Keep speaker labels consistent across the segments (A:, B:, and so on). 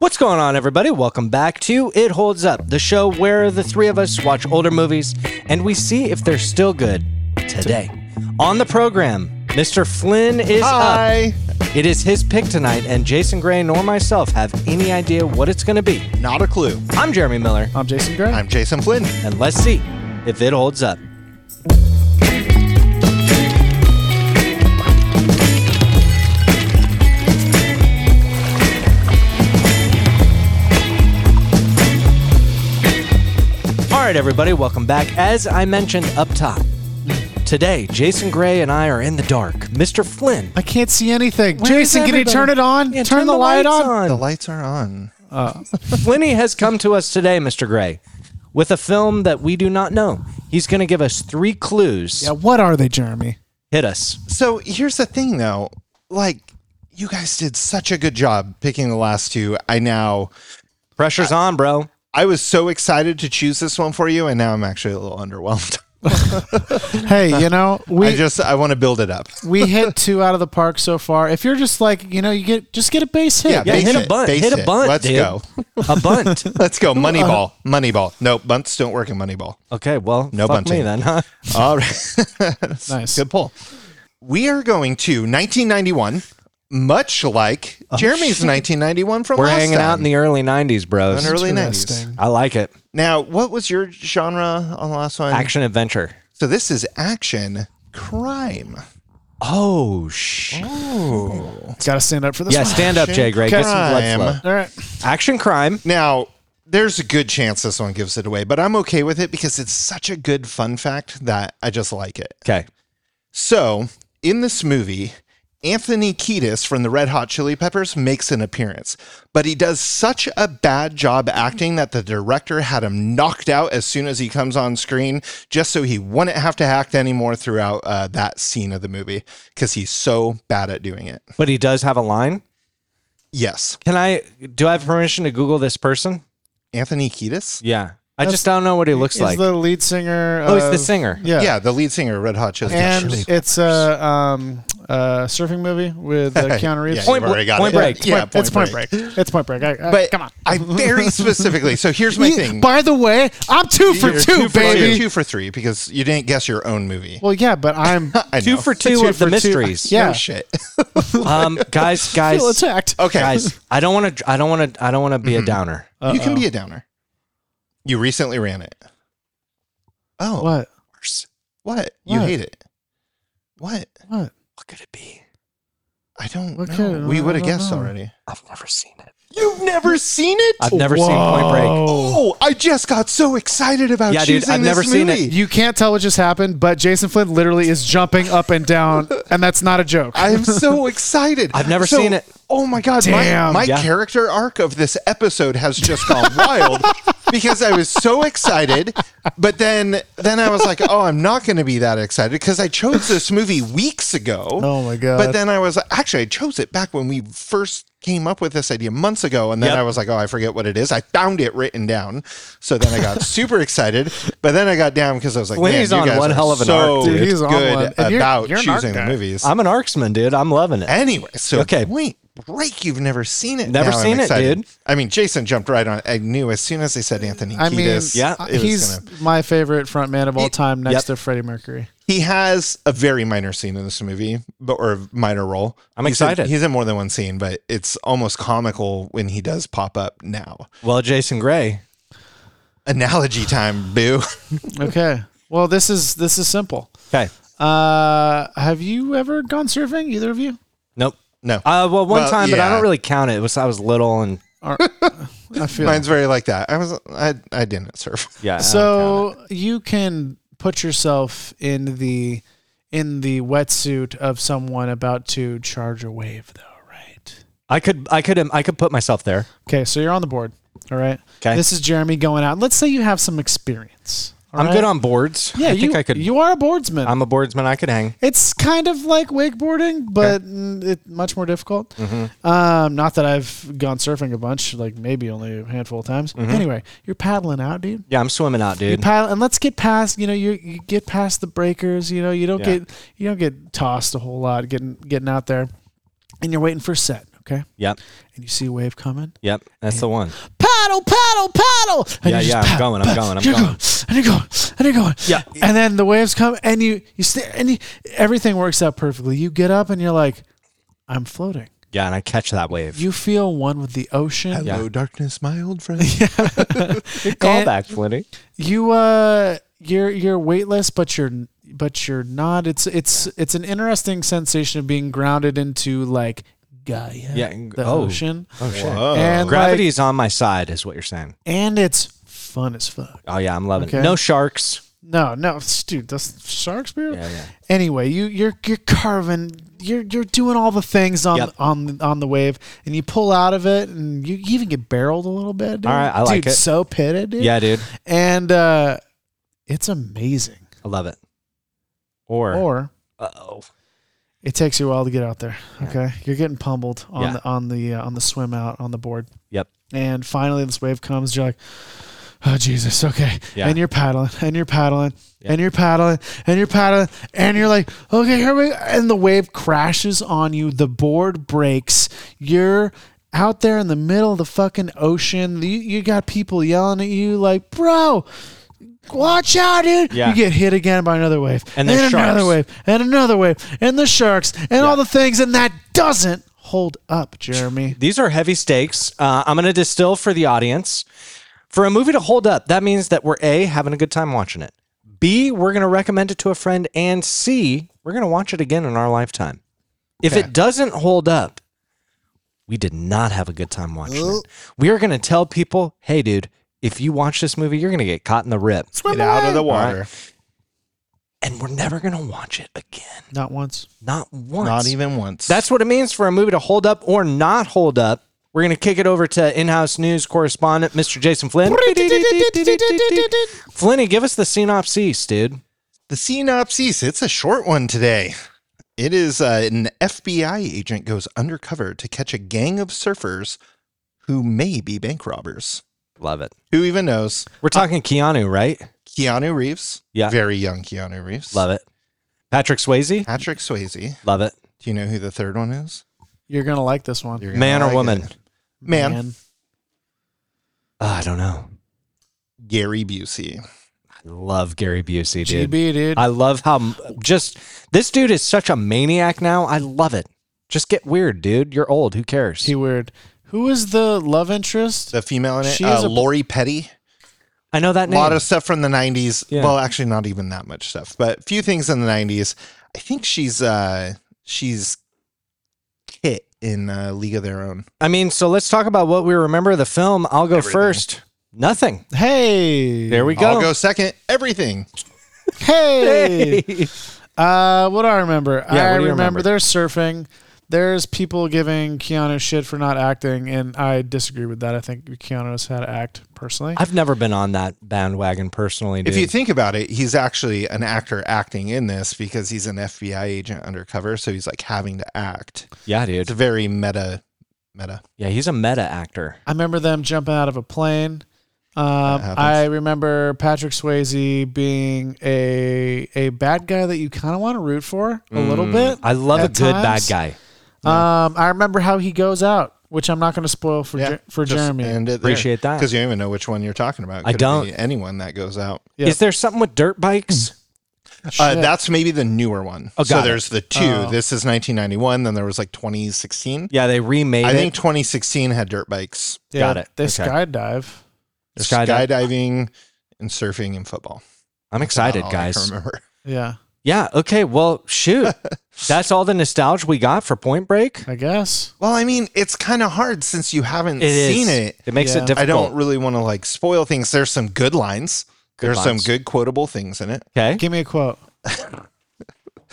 A: What's going on, everybody? Welcome back to It Holds Up, the show where the three of us watch older movies and we see if they're still good today. On the program, Mr. Flynn is
B: Hi.
A: up. It is his pick tonight, and Jason Gray nor myself have any idea what it's going to be.
B: Not a clue.
A: I'm Jeremy Miller,
C: I'm Jason Gray.
B: I'm Jason Flynn.
A: and let's see if it holds up. All right, everybody, welcome back. As I mentioned up top, today Jason Gray and I are in the dark. Mr. Flynn,
C: I can't see anything.
A: Where's
C: Jason, can you
A: everybody?
C: turn it on?
A: Yeah,
C: turn, the, light
A: lights
C: on.
B: The lights are on.
A: Flinny has come to us today, Mr. Gray, with a film that we do not know. He's going to give us three clues.
C: Yeah, what are they, Jeremy?
A: Hit us.
B: So here's the thing, though. Like, you guys did such a good job picking the last two. I now,
A: Pressure's on, bro.
B: I was so excited to choose this one for you, and now I'm actually a little underwhelmed.
C: Hey, you know,
B: I
C: we
B: just, I want to build it up.
C: we hit two out of the park so far. If you're just like, you know, you get just get a base hit.
A: Yeah,
B: Base
A: hit a
B: it,
A: bunt.
B: base
A: Hit a
B: it.
A: bunt,
B: Let's
A: dude.
B: go.
A: A bunt.
B: Let's
A: uh-huh.
B: go. Moneyball. Moneyball. No, bunts don't work in Moneyball.
A: Okay, well,
B: No
A: fuck me
B: bunting.
A: then, huh?
B: All right.
C: nice.
B: Good pull. We are going to 1991, much like Jeremy's 1991 from
A: Oh, We're
B: last
A: hanging out in
B: time.
A: the early 90s, bros.
B: An early 90s.
C: Interesting.
A: I like it.
B: Now, what was your genre on the last one?
A: Action adventure.
B: So this is action crime.
A: Oh, shh.
C: Got to stand up for this.
A: Yeah,
C: one.
A: stand up, Jay Gray. Get some blood
B: Crime.
A: flow.
C: All right.
A: Action crime.
B: Now, there's a good chance this one gives it away, but I'm okay with it because it's such a good fun fact that I just like it.
A: Okay.
B: So, in this movie, Anthony Kiedis from the Red Hot Chili Peppers makes an appearance, but he does such a bad job acting that the director had him knocked out as soon as he comes on screen, just so he wouldn't have to act anymore throughout uh, that scene of the movie because he's so bad at doing it.
A: But he does have a line.
B: Yes,
A: Can I, do I have permission to Google this person?
B: Anthony Kiedis.
A: Yeah. I just don't know what he looks
C: He's
A: like.
C: the lead singer.
A: oh, he's
C: of-
A: the singer.
C: Yeah.
B: Yeah, the lead singer of Red Hot Chili
C: And
B: Peppers.
C: it's a um, uh, surfing movie with uh, Keanu Reeves.
B: Yeah,
A: Point
B: you've already got
A: Point
B: it.
A: Break.
B: Yeah, Point
C: it's Point
B: Break.
C: Break. It's Point Break. I, I,
B: But
C: come on.
B: I very specifically. So here's my thing.
C: By the way, I'm two for
B: You're
C: two, baby.
B: two for three because you didn't guess your own movie.
C: Well, yeah, but I'm
B: I
A: Two
B: know.
A: for two,
C: Two
A: of the
C: for two.
A: mysteries.
C: Yeah.
B: No shit.
A: Um, guys, guys,
C: feel attacked.
B: Okay.
A: guys. I don't want to. I don't want to. I don't want to
C: Mm-hmm.
A: be a downer.
B: You can be a downer. You recently ran it. Oh, what?
C: What?
B: What? You
C: What?
B: hate it. What?
C: What?
A: What could it be?
B: I don't
C: What could-
B: know. We
C: I
B: would have
C: don't
B: guessed
C: know.
B: already.
A: I've never seen it.
B: You've never seen it?
A: I've never seen Point Break.
B: oh, I just got so excited about
A: Yeah, dude,
B: choosing
A: I've
B: this
A: never seen it.
B: movie.
C: You can't tell what just happened, but Jason Flynn literally is jumping up and down, and that's not a joke.
B: I am so excited.
A: I've never
B: So-
A: seen it.
B: Oh my god,
C: Damn.
B: my, my
A: Yeah.
B: character arc of this episode has just gone wild because I was so excited, but then then I was like, "Oh, I'm not going to be that excited because I chose this movie weeks ago."
C: Oh my God.
B: But then I was actually I chose it back when we first came up with this idea months ago and then
A: Yep.
B: I was like, "Oh, I forget what it is." I found it written down. So then I got super excited, but then I got down because I was like,
A: When
B: "Man,
A: he's
B: you
A: on
B: guys
A: one
B: are
A: hell of an
B: so
A: arc,
C: dude. He's on one.
B: good
C: And you're-
B: about
C: you're an arc
B: choosing the
C: guy.
B: movies."
A: I'm an Arksman, dude. I'm loving it.
B: Anyway, so
A: Okay.
B: point break. You've never seen it.
A: Never
B: Now I'm
A: seen it,
B: excited.
A: dude.
B: I mean, Jason jumped right on. I knew as soon as they said Anthony
C: I mean,
B: Kiedis.
A: Yeah.
B: it was
C: he's
B: gonna-
C: my favorite front man of all time, next
A: yep.
C: to Freddie Mercury.
B: he has a very minor scene in this movie, but or a minor role.
A: I'm
B: He's in-
A: excited.
B: he's in more than one scene, but it's almost comical when he does pop up now.
A: Well, Jason Gray.
B: Analogy time, boo.
C: Okay. Well, this is this is simple.
A: Okay.
C: Uh, have you ever gone surfing? Either of you?
A: Nope.
B: No,
A: Uh, well, one
B: Well,
A: time, but I
B: yeah.
A: don't really count it. It was I was little and
C: I feel
B: mine's very like that. I was I I didn't surf.
A: yeah. I don't count
C: so you can put yourself in the in the wetsuit of someone about to charge a wave, though, right?
A: it. I could I could um, I could put myself there.
C: Okay, so you're on the board. All right.
A: 'Kay.
C: This is Jeremy going out. Let's say you have some experience. all
A: I'm
C: right?
A: good on boards.
C: Yeah,
A: I
C: you,
A: think I could.
C: You are a boardsman.
A: I'm a boardsman. I could hang.
C: it's kind of like wakeboarding, but mm, it much more difficult.
A: Mm-hmm.
C: Um, not that I've gone surfing a bunch, like maybe only a handful of times. Anyway, you're paddling out, dude.
A: Yeah, I'm swimming out, Mm-hmm. dude.
C: Paddle, and let's get past. You know, you, you get past the breakers. You know, you don't
A: Yeah.
C: get you don't get tossed a whole lot getting getting out there, and you're waiting for set. Okay.
A: Yep.
C: And you see a wave coming.
A: Yep. That's the one.
C: Paddle, paddle, paddle. And
A: Yeah,
C: you just
A: yeah, I'm going, I'm going, I'm
C: you're
A: going.
C: And you're going. And you're going.
A: Yeah.
C: And then the waves come and you you st- and you, everything works out perfectly. You get up and you're like, I'm floating.
A: Yeah, and I catch that wave.
C: You feel one with the ocean.
B: Hello, darkness, my old friend.
A: Callback, Flinty.
C: You uh you're you're weightless but you're but you're not. It's it's it's an interesting sensation of being grounded into like Gaia.
A: Yeah,
C: The
A: oh.
C: ocean.
A: Oh shit.
C: And
A: Gravity
C: like-
A: is on my side, is what you're saying.
C: and it's fun as fuck.
A: Oh yeah, I'm loving
C: Okay.
A: it. No sharks.
C: No, no, dude, that's Sharkspeare.
A: Yeah, yeah.
C: Anyway, you you're you're carving, you're you're doing all the things on
A: Yep.
C: on on the wave, and you pull out of it, and you even get barreled a little bit. Dude.
A: All right, I like
C: dude,
A: it.
C: So pitted, dude.
A: Yeah, dude.
C: and uh, it's amazing.
A: I love it. Or,
C: Or
A: oh,
C: it takes you a while to get out there. Okay, you're getting pummeled on
A: Yeah.
C: the on the uh, on the swim out on the board.
A: yep.
C: And finally, this wave comes. You're like, oh Jesus, okay.
A: Yeah.
C: And you're paddling, and you're paddling,
A: Yeah.
C: and you're paddling, and you're paddling, and you're like, okay, here we. go. And the wave crashes on you. The board breaks. You're out there in the middle of the fucking ocean. You, you got people yelling at you like, bro. Watch out, dude!
A: Yeah.
C: You get hit again by another wave,
A: And there's
C: another
A: sharks.
C: wave, and another wave, and the sharks, and all
A: Yeah.
C: the things, and that doesn't hold up, Jeremy.
A: These are heavy stakes. Uh, I'm going to distill for the audience. For a movie to hold up, that means that we're A, having a good time watching it. B, we're going to recommend it to a friend. And C, we're going to watch it again in our lifetime. If it doesn't hold up, we did not have a good time watching it. We are going to tell people, hey, dude, if you watch this movie, you're going to get caught in the rip.
B: Get out of the water.
A: And we're never going to watch it again.
C: Not once.
A: Not once.
B: Not even once.
A: That's what it means for a movie to hold up or not hold up. We're going to kick it over to in house news correspondent, Mr. Jason Flynn. Flinny, give us the synopsis, dude.
B: The synopsis, it's a short one today. It is uh, an FBI agent goes undercover to catch a gang of surfers who may be bank robbers.
A: Love it.
B: Who even knows?
A: We're talking Keanu, right?
B: Keanu Reeves.
A: Yeah.
B: Very young Keanu Reeves.
A: Love it. Patrick Swayze?
B: Patrick Swayze.
A: Love it.
B: Do you know who the third one is?
C: You're gonna like this one.
B: You're gonna
A: Man or
B: like
A: woman?
B: it. Man.
A: Oh, I don't know.
B: Gary Busey.
A: I love Gary Busey, dude.
C: GB, dude.
A: I love how m- just this dude is such a maniac now. I love it. Just get weird, dude. You're old. Who cares?
C: He weird. Who is the love interest?
B: The female in it.
C: She
B: Uh,
C: is a-
B: Lori Petty.
A: I know that
B: A
A: name.
B: lot of stuff from the 90s.
A: Yeah.
B: Well, actually, not even that much stuff, but a few things in the 90s. I think she's uh she's Kit in uh, League of Their Own.
A: I mean, so let's talk about what we remember of the film. I'll go first. Nothing.
C: hey.
A: There we
B: I'll go second. Everything.
C: Hey. Uh, what do I remember?
A: what do
C: I
A: you
C: remember,
A: remember?
C: there's surfing. There's people giving Keanu shit for not acting, and I disagree with that. I think Keanu's had to act personally.
A: I've never been on that bandwagon personally. Dude.
B: If you think about it, he's actually an actor acting in this because he's an FBI agent undercover, so he's like having to act.
A: yeah,
B: It's
A: dude.
B: very meta meta.
A: Yeah, he's a meta actor.
C: I remember them jumping out of a plane. Um,
B: happens.
C: I remember Patrick Swayze being a a bad guy that you kind of want to root for a little
A: Mm.
C: bit.
A: I love a
C: at
A: good bad
C: times.
A: guy.
C: Um, I remember how he goes out, which I'm not going to spoil for Jer- for Jeremy.
A: Appreciate that.
B: Because you don't even know which one you're talking about.
A: I
B: Could be
A: don't.
B: anyone that goes out.
C: Yeah.
A: Is there something with dirt bikes?
B: Uh,
C: Shit.
B: that's maybe the newer one.
A: Oh,
B: so
A: got it.
B: there's the two.
C: Oh.
B: This is 1991. Then there was like 2016.
A: yeah, they remade
B: I think
A: it.
B: 2016 had dirt bikes,
C: Yeah,
A: Got it.
C: They
A: Okay.
C: skydive.
B: There's
A: Skydive.
B: skydiving, and surfing and football.
A: I'm excited,
B: All Oh, I can
A: guys.
B: remember.
C: Yeah,
A: Yeah. Okay. Well, shoot. That's all the nostalgia we got for Point Break.
C: I guess.
B: Well, I mean, it's kind of hard since you haven't
A: It is.
B: seen it.
A: It makes
C: Yeah.
A: it
C: I
A: difficult.
B: I don't really want to like spoil things. There's some good lines. There's
A: lines.
B: some good quotable things in it.
A: okay.
C: Give me a quote.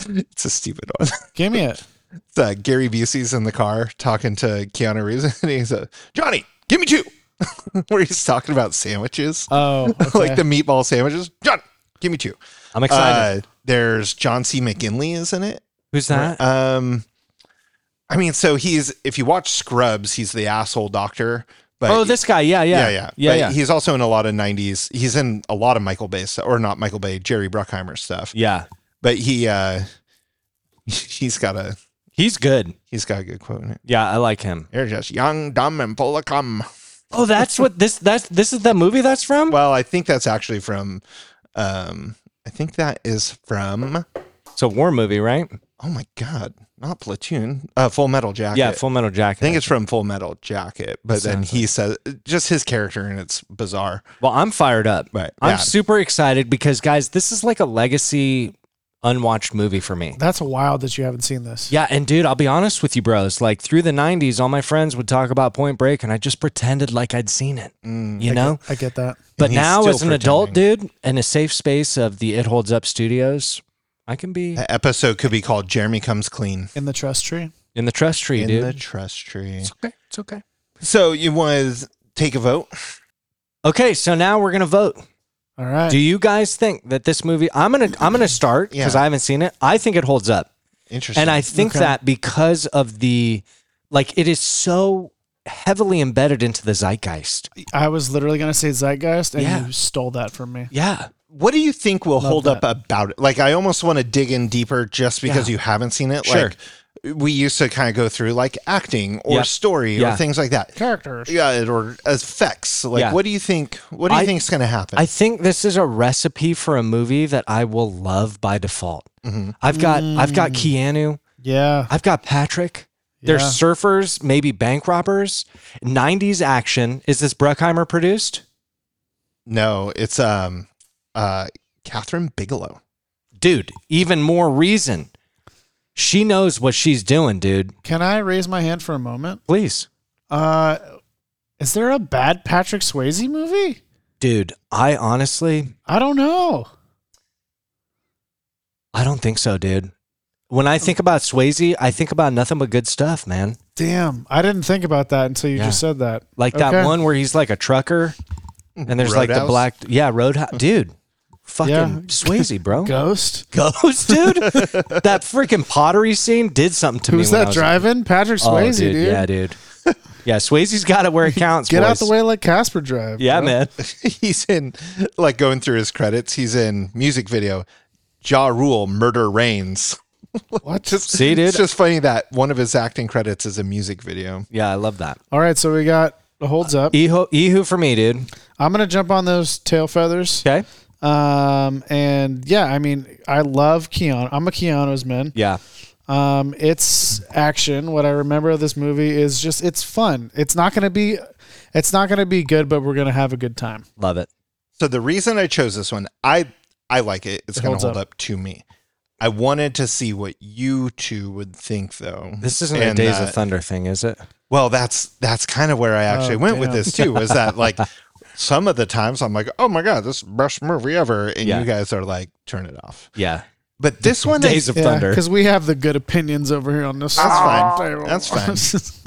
B: It's a stupid one.
C: Give me it.
B: It's, uh, Gary Busey's in the car talking to Keanu Reeves, and he's uh, Johnny, give me two. Where he's talking about sandwiches,
C: Oh, okay.
B: like the meatball sandwiches. Johnny, give me two.
A: I'm excited.
B: Uh, there's John C. McGinley is in it.
A: Who's that?
B: Um, I mean, so he's if you watch Scrubs, he's the asshole doctor. But
A: oh, this guy. Yeah. Yeah.
B: yeah, yeah,
A: Yeah.
B: But
A: Yeah.
B: He's also in a lot of '90s. He's in a lot of Michael Bay stuff, or not Michael Bay, Jerry Bruckheimer stuff.
A: yeah.
B: But he, uh he's got a
A: He's good.
B: He's got a good quote in it.
A: Yeah, I like him.
B: You're just young, dumb, and full of cum.
A: Oh, that's what this that's this is the movie that's from?
B: Well, I think that's actually from. Um, I think that is from.
A: It's a war movie, right?
B: Oh my god, not Platoon. Uh, Full Metal Jacket.
A: Yeah, Full Metal Jacket.
B: I think it's from Full Metal Jacket, but then he says just his character and it's bizarre.
A: Well, I'm fired up.
B: Right.
A: I'm
B: Yeah.
A: super excited because guys, this is like a legacy unwatched movie for me.
C: That's wild that you haven't seen this.
A: Yeah, and dude, I'll be honest with you, bros. Like through the 90s, all my friends would talk about Point Break and I just pretended like I'd seen it,
B: Mm.
A: you know?
C: I get that.
A: But
B: he's
A: now
B: still
A: as an adult, dude, in a safe space of the It Holds Up Studios, I can be
B: The episode could be called Jeremy Comes Clean
C: In the trust tree.
A: in the trust tree,
B: in
A: dude.
B: the Trust Tree.
A: it's okay. It's okay.
B: So you want to take a vote?
A: Okay, so now we're going to vote.
C: All right.
A: Do you guys think that this movie I'm going to I'm going to start
B: Yeah.
A: cuz I haven't seen it. I think it holds up.
B: Interesting.
A: And I think
C: Okay.
A: that because of the like it is so heavily embedded into the zeitgeist.
C: I was literally gonna say zeitgeist, and
A: Yeah.
C: you stole that from me.
A: Yeah.
B: what do you think will
C: Love
B: hold up
C: that.
B: about it? Like, I almost want to dig in deeper just because
A: Yeah.
B: you haven't seen it.
A: Sure.
B: Like, we used to kind of go through like acting or
A: Yeah.
B: story
A: Yeah.
B: or things like that.
C: Characters.
B: Yeah, or effects. Like,
A: Yeah.
B: what do you think? What do you
A: I-
B: think's going to happen?
A: I think this is a recipe for a movie that I will love by default.
C: Mm-hmm.
A: I've got I've got Keanu,
C: Yeah.
A: I've got Patrick. They're
C: Mm. Yeah.
A: surfers, maybe bank robbers. 90s action. Is this Bruckheimer produced?
B: no, it's um, uh, Catherine Bigelow.
A: Dude, even more reason. She knows what she's doing, dude.
C: Can I raise my hand for a moment?
A: Please.
C: Uh, is there a bad Patrick Swayze movie?
A: Dude, I honestly
C: I don't know.
A: I don't think so, dude. When I think about Swayze, I think about nothing but good stuff, man.
C: Damn, I didn't think about that until you
A: Yeah.
C: just said that.
A: Like
C: Okay.
A: that one where he's like a trucker and there's like the
B: Roadhouse?
A: black yeah, Roadhouse. Dude. Fucking
C: Yeah.
A: Swayze, bro.
C: Ghost.
A: Ghost, dude. that freaking pottery scene did something to
C: Who's
A: me. when I
C: that
A: was-
C: driving? Patrick
A: Oh,
C: Swayze, dude.
A: Yeah, dude. Yeah, Swayze's got it where it counts.
C: Get out
A: boys.
C: the way like Casper Drive.
A: Yeah,
C: bro.
A: man.
B: he's in like going through his credits. He's in music video, Ja Rule, Murder Reigns.
C: What?
B: Just
A: See, dude?
B: It's just funny that one of his acting credits is a music video.
A: Yeah, I love that.
C: All right, so we got the holds up.
A: Eho, ehu for me, dude.
C: I'm gonna jump on those tail feathers.
A: Okay.
C: Um, and yeah, I mean, I love Keanu. I'm a Keanu's man.
A: Yeah.
C: Um, it's action. What I remember of this movie is just it's fun. It's not gonna be, it's not gonna be good, but we're gonna have a good time.
A: Love it.
B: So the reason I chose this one, I I like it. It's
C: It
B: going
C: holds
B: to hold
C: up.
B: up. to me. I wanted to see what you two would think, though.
A: This isn't a
B: And,
A: Days
B: uh,
A: of Thunder thing, is it?
B: Well, that's that's kind of where I actually
C: Oh,
B: went with
C: damn.
B: this too. Was that like some of the times I'm like, oh my god, this is the best movie ever, and
A: Yeah.
B: you guys are like, turn it off.
A: Yeah.
B: But this one, I
A: Days of
C: Yeah,
A: Thunder. Ah,
C: because we have the good opinions over here on this.
B: That's fine.
C: table.
B: That's fine.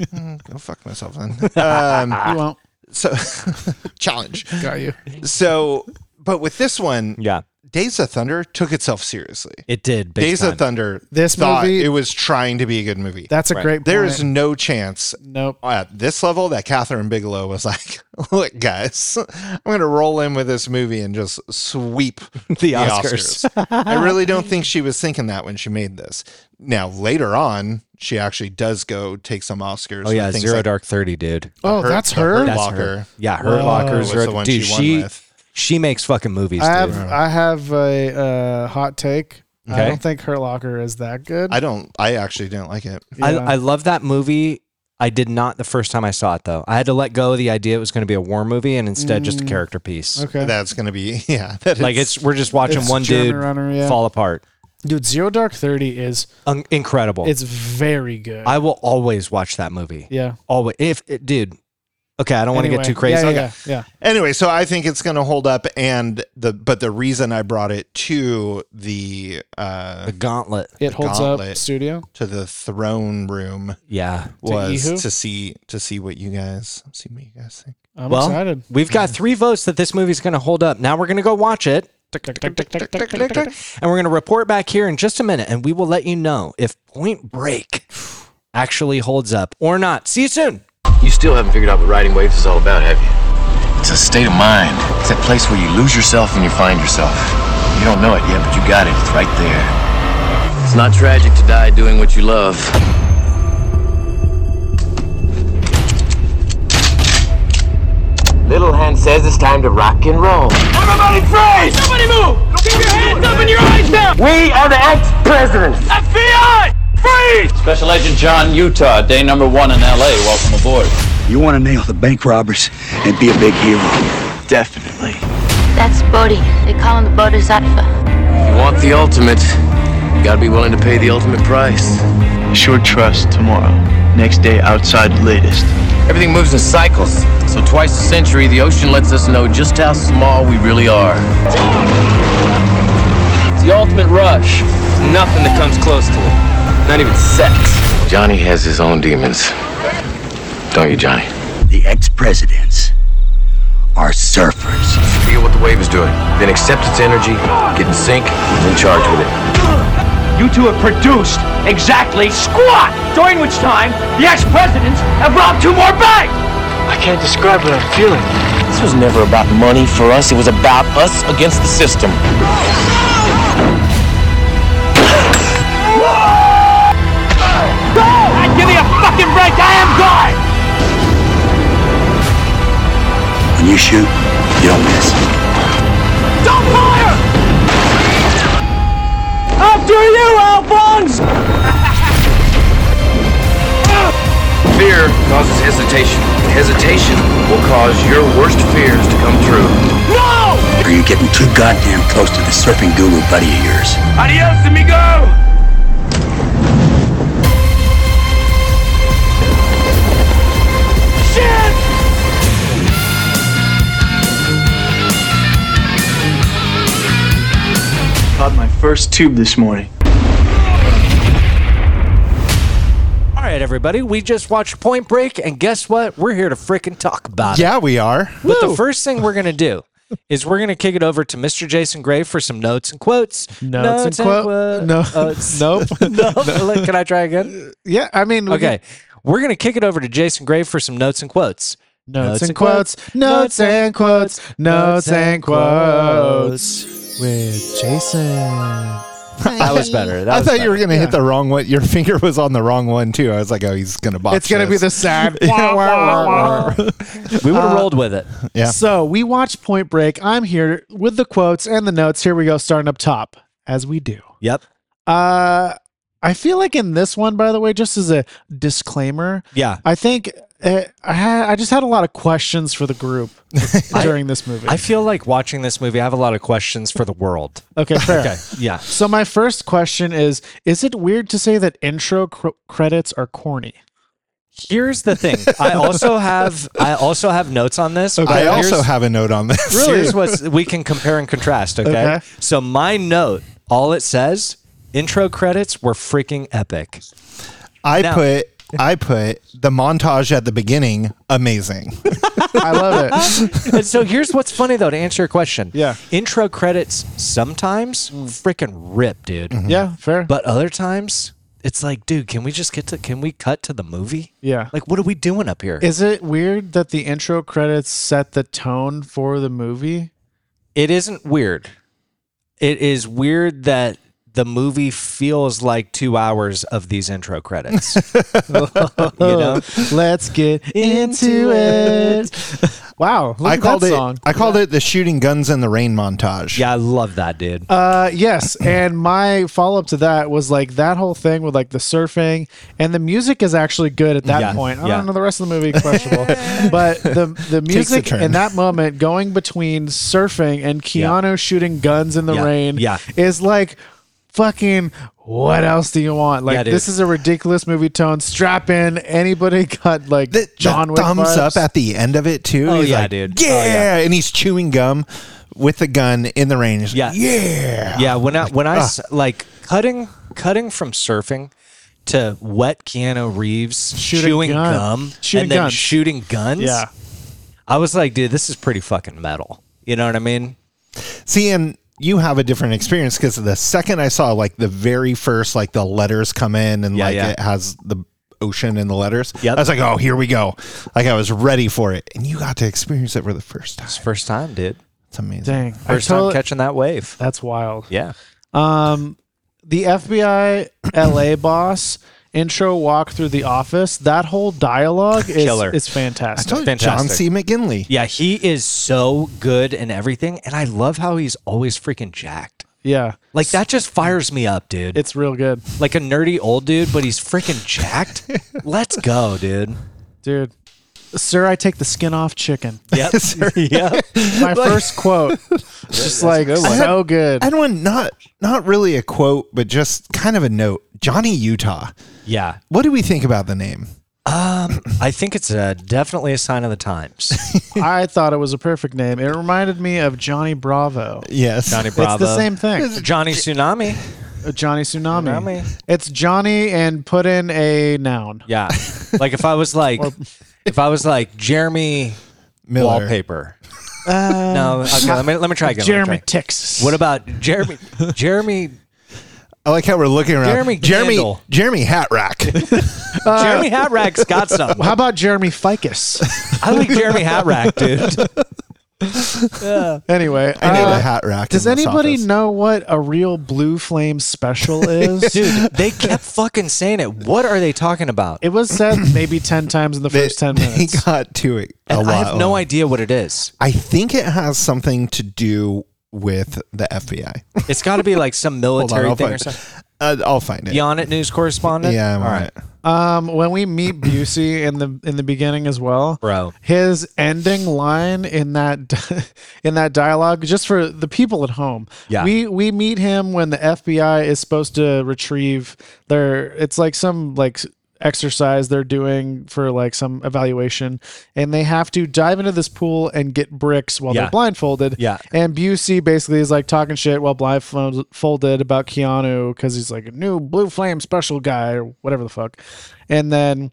B: Mm, go fuck myself then. Um,
C: you won't.
B: so challenge.
C: Got you.
B: So, but with this one,
A: Yeah.
B: Days of Thunder took itself seriously.
A: It did. Big
B: Days
A: time.
B: of Thunder.
C: This
B: thought
C: movie-
B: it was trying to be a good movie.
C: That's a
A: Right.
C: great.
B: there
C: point.
B: is no chance
C: nope.
B: at Oh, this level that Catherine Bigelow was like, "Look, guys, I'm going to roll in with this movie and just sweep
A: the
B: the
A: Oscars.
B: Oscars." I really don't think she was thinking that when she made this. Now later on, she actually does go take some Oscars.
A: Oh
B: for
A: yeah,
B: things
A: Zero
B: like
A: Dark Thirty, dude.
C: Oh,
B: Hurt-
C: that's
B: the
C: her.
B: Hurt
A: That's
B: Locker.
A: her. Yeah, Hurt
C: Whoa.
A: Locker,
B: was
A: Zero
B: the one
A: Dude,
B: she won
A: she
B: with.
A: she makes fucking movies,
C: I have.
A: dude.
C: I have a uh, hot take.
A: Okay.
C: I don't think Hurt Locker is that good.
B: I don't. I actually didn't like it.
A: I,
C: Yeah.
A: I love that movie. I did not the first time I saw it though. I had to let go of the idea it was going to be a war movie and instead just a character piece.
C: okay.
B: That's going to be yeah. That
A: Like it's we're just watching
C: It's
A: one
C: Jeremy
A: dude
C: Renner, yeah.
A: fall apart.
C: Dude, Zero Dark Thirty is
A: Un- incredible.
C: it's very good.
A: I will always watch that movie.
C: yeah.
A: Always. If it, dude. Okay, I don't want to
C: Anyway,
A: get too crazy.
C: Yeah,
A: Okay.
C: yeah, yeah,
B: anyway. So I think it's going to hold up. And the but the reason I brought it to the uh
A: The Gauntlet.
C: yeah. It holds up
B: Gauntlet.
C: studio.
B: to the throne room
A: Yeah.
B: was to,
C: Ihu?
B: see to see what you guys see what you guys think.
C: I'm
A: well,
C: excited.
A: we've got three votes that this movie's going to hold up. Now we're going to go watch it. And we're going to report back here in just a minute, and we will let you know if Point Break actually holds up or not. See you soon.
D: You still haven't figured out what riding waves is all about, have you? It's a state of mind. It's that place where you lose yourself and you find yourself. You don't know it yet, but you got it. It's right there. It's not tragic to die doing what you love. says it's time to rock and roll.
E: Everybody freeze! Somebody move! Keep your hands up and your eyes down!
D: We are the ex-presidents.
E: FBI! Freeze!
F: Special Agent John Utah, day number one in LA. Welcome aboard.
G: You want to nail the bank robbers and be a big hero.
D: Definitely.
H: That's Bodhi. They call him the Bodhisattva.
D: You want the ultimate, you gotta be willing to pay the ultimate price.
I: Assured trust tomorrow. Next day outside latest.
D: Everything moves in cycles, so twice a century the ocean lets us know just how small we really are. It's the ultimate rush. There's nothing that comes close to it. Not even sex. Johnny has his own demons. Don't you, Johnny?
G: The ex presidents are surfers.
D: Feel what the wave is doing, then accept its energy, get in sync, and then charge with it.
E: You two have produced exactly squat! During which time, the ex-presidents have robbed two more banks!
D: I can't describe what I'm feeling. This was never about money for us, it was about us against the system.
E: Go! I give me a fucking break, I am God!
G: When you shoot, you don't miss.
E: Don't fire! After you, Alphonse!
D: Fear causes hesitation. Hesitation will cause your worst fears to come true.
E: No!
G: Or you're getting too goddamn close to the surfing guru buddy of yours.
E: Adios, amigo! Shit!
I: Caught my first tube this morning.
A: All right, everybody. We just watched Point Break, and guess what? We're here to freaking talk about it.
B: Yeah, we are.
A: But the first thing we're going to do is we're going to kick it over to Mr. Jason Gray for some notes and quotes.
C: Notes and quote- no.
A: quotes.
C: Nope.
A: no. Look, Can I try again?
C: Yeah, I mean, we can-
A: Okay. We're going to kick it over to Jason Gray for some notes and quotes.
C: Notes and quotes, notes and quotes, notes and quotes with Jason.
A: That was better. That
B: I
A: was
B: thought you were
A: better.
B: going to hit the wrong one. Your finger was on the wrong one, too. I was like, oh, he's going to box
C: It's gonna be the
B: this.
C: sad.
A: We would have rolled with it.
B: Yeah.
C: So we watched Point Break. I'm here with the quotes and the notes. Here we go, starting up top, as we do.
A: Yep.
C: Uh, I feel like in this one, by the way, just as a disclaimer,
A: Yeah.
C: I think uh, I had I just had a lot of questions for the group during this movie.
A: I feel like watching this movie, I have a lot of questions for the world.
C: okay, fair.
A: Okay. Yeah.
C: So my first question is: Is it weird to say that intro cr- credits are corny?
A: Here's the thing. I also have I also have notes on this. but
B: I also
A: here's-
B: have a note on this.
A: Here's what we can compare and contrast. Okay?
C: Okay.
A: So my note, all it says, intro credits were freaking epic.
B: I
A: Now-
B: put I put the montage at the beginning amazing.
C: I love it.
A: and so here's what's funny though to answer your question.
C: Yeah.
A: Intro credits sometimes freaking rip, dude.
C: yeah, fair.
A: But other times it's like, dude, can we just get to can we cut to the movie?
C: Yeah.
A: Like what are we doing up here?
C: Is it weird that the intro credits set the tone for the movie?
A: it isn't weird. It is weird that the movie feels like two hours of these intro credits. you know?
C: Oh, Let's get into it. Wow, look
B: I
C: at
B: called
C: that
B: it
C: song.
B: I called it the shooting guns in the rain montage.
A: Yeah, I love that, dude.
C: Uh, yes, and my follow up to that was like that whole thing with like the surfing and the music is actually good at that
A: Yeah,
C: point. I
A: yeah.
C: don't know the rest of the movie questionable, but the the music
B: turn.
C: in that moment going between surfing and Keanu shooting guns in the
A: Yeah,
C: rain
A: yeah.
C: is like fucking. What else do you want? Like
A: Yeah, dude.
C: this is a ridiculous movie tone. Strap in. Anybody got like
B: The,
C: John
B: the
C: Wick
B: thumbs
C: vibes?
B: up at the end of it too.
A: Oh,
B: He's
A: yeah,
B: like,
A: dude. Oh,
B: Yeah.
A: yeah.
B: and he's chewing gum with the gun in the rain. He's
A: Yeah.
B: like, yeah.
A: yeah, when I when I
C: Ah.
A: s- like cutting cutting from surfing to wet Keanu Reeves
C: Shooting
A: shooting,
C: gun.
A: gum
C: Shooting
A: and then
C: guns.
A: shooting guns.
C: Yeah.
A: I was like, dude, this is pretty fucking metal. You know what I mean?
B: See, and you have a different experience because the second I saw like the very first, like the letters come in and
A: Yeah,
B: like
A: yeah.
B: it has the ocean in the letters.
A: Yep.
B: I was like, oh, here we go. Like I was ready for it. And you got to experience it for the first time.
A: First time, dude.
B: It's amazing.
C: Dang, I
A: First
C: totally-
A: time catching that wave.
C: That's wild.
A: Yeah.
C: Um, the FBI LA boss intro walk through the office, that whole dialogue is,
A: Killer.
C: is
B: I
C: fantastic.
B: told you, John
A: Fantastic.
B: C. McGinley.
A: Yeah, he is so good and everything, and I love how he's always freaking jacked.
C: Yeah.
A: Like that just fires me up, dude.
C: It's real good.
A: like a nerdy old dude, but he's freaking jacked. Let's go, dude.
C: Dude. Sir, I take the skin off chicken.
A: Yep. yep.
C: My first quote. just like so good.
B: I had one not not really a quote, but just kind of a note. Johnny Utah.
A: Yeah.
B: What do we think about the name?
A: I think it's uh definitely a sign of the times.
C: I thought it was a perfect name. It reminded me of Johnny Bravo.
B: Yes.
A: Johnny Bravo.
C: It's the same thing.
A: Johnny Tsunami.
C: Uh, Johnny Tsunami.
A: Tsunami.
C: It's Johnny and put in a noun.
A: Yeah. Like if I was like, if I was like Jeremy
B: Miller.
A: Wallpaper. no. Okay. Let me let me try again. let me
C: Uh, Jeremy
A: try.
C: Texas.
A: What about Jeremy? Jeremy.
B: I like how we're looking around.
A: Jeremy
B: Jeremy
A: Candle.
B: Jeremy Hat Rack.
A: Jeremy Hatrack's got something.
C: Uh, How about Jeremy Ficus?
A: I like Jeremy Hatrack, dude.
C: anyway,
B: I need
C: uh,
B: a hat rack.
C: Does
B: in this
C: anybody
B: office.
C: know what a real Blue Flame special is?
A: Dude, they kept fucking saying it. What are they talking about?
C: It was said maybe 10 times in the
B: They,
C: first 10
B: they
C: minutes.
B: got to it a
A: And
B: lot.
A: I have no idea what it is.
B: I think it has something to do with the FBI.
A: It's got to be like some
B: Hold on,
A: military
B: I'll
A: thing or
B: find,
A: something.
B: uh, I'll find it.
A: Beyond it, news correspondent.
B: Yeah, I'm
A: All
B: on
A: right,
B: it.
C: Um, when we meet Busey in the in the beginning as well,
A: Bro.
C: his ending line in that in that dialogue, just for the people at home,
A: Yeah.
C: we we meet him when the FBI is supposed to retrieve their. It's like some like exercise they're doing for like some evaluation, and they have to dive into this pool and get bricks while
A: Yeah.
C: they're blindfolded.
A: Yeah.
C: And Busey basically is like talking shit while blindfolded about Keanu because he's like a new blue flame special guy or whatever the fuck. And then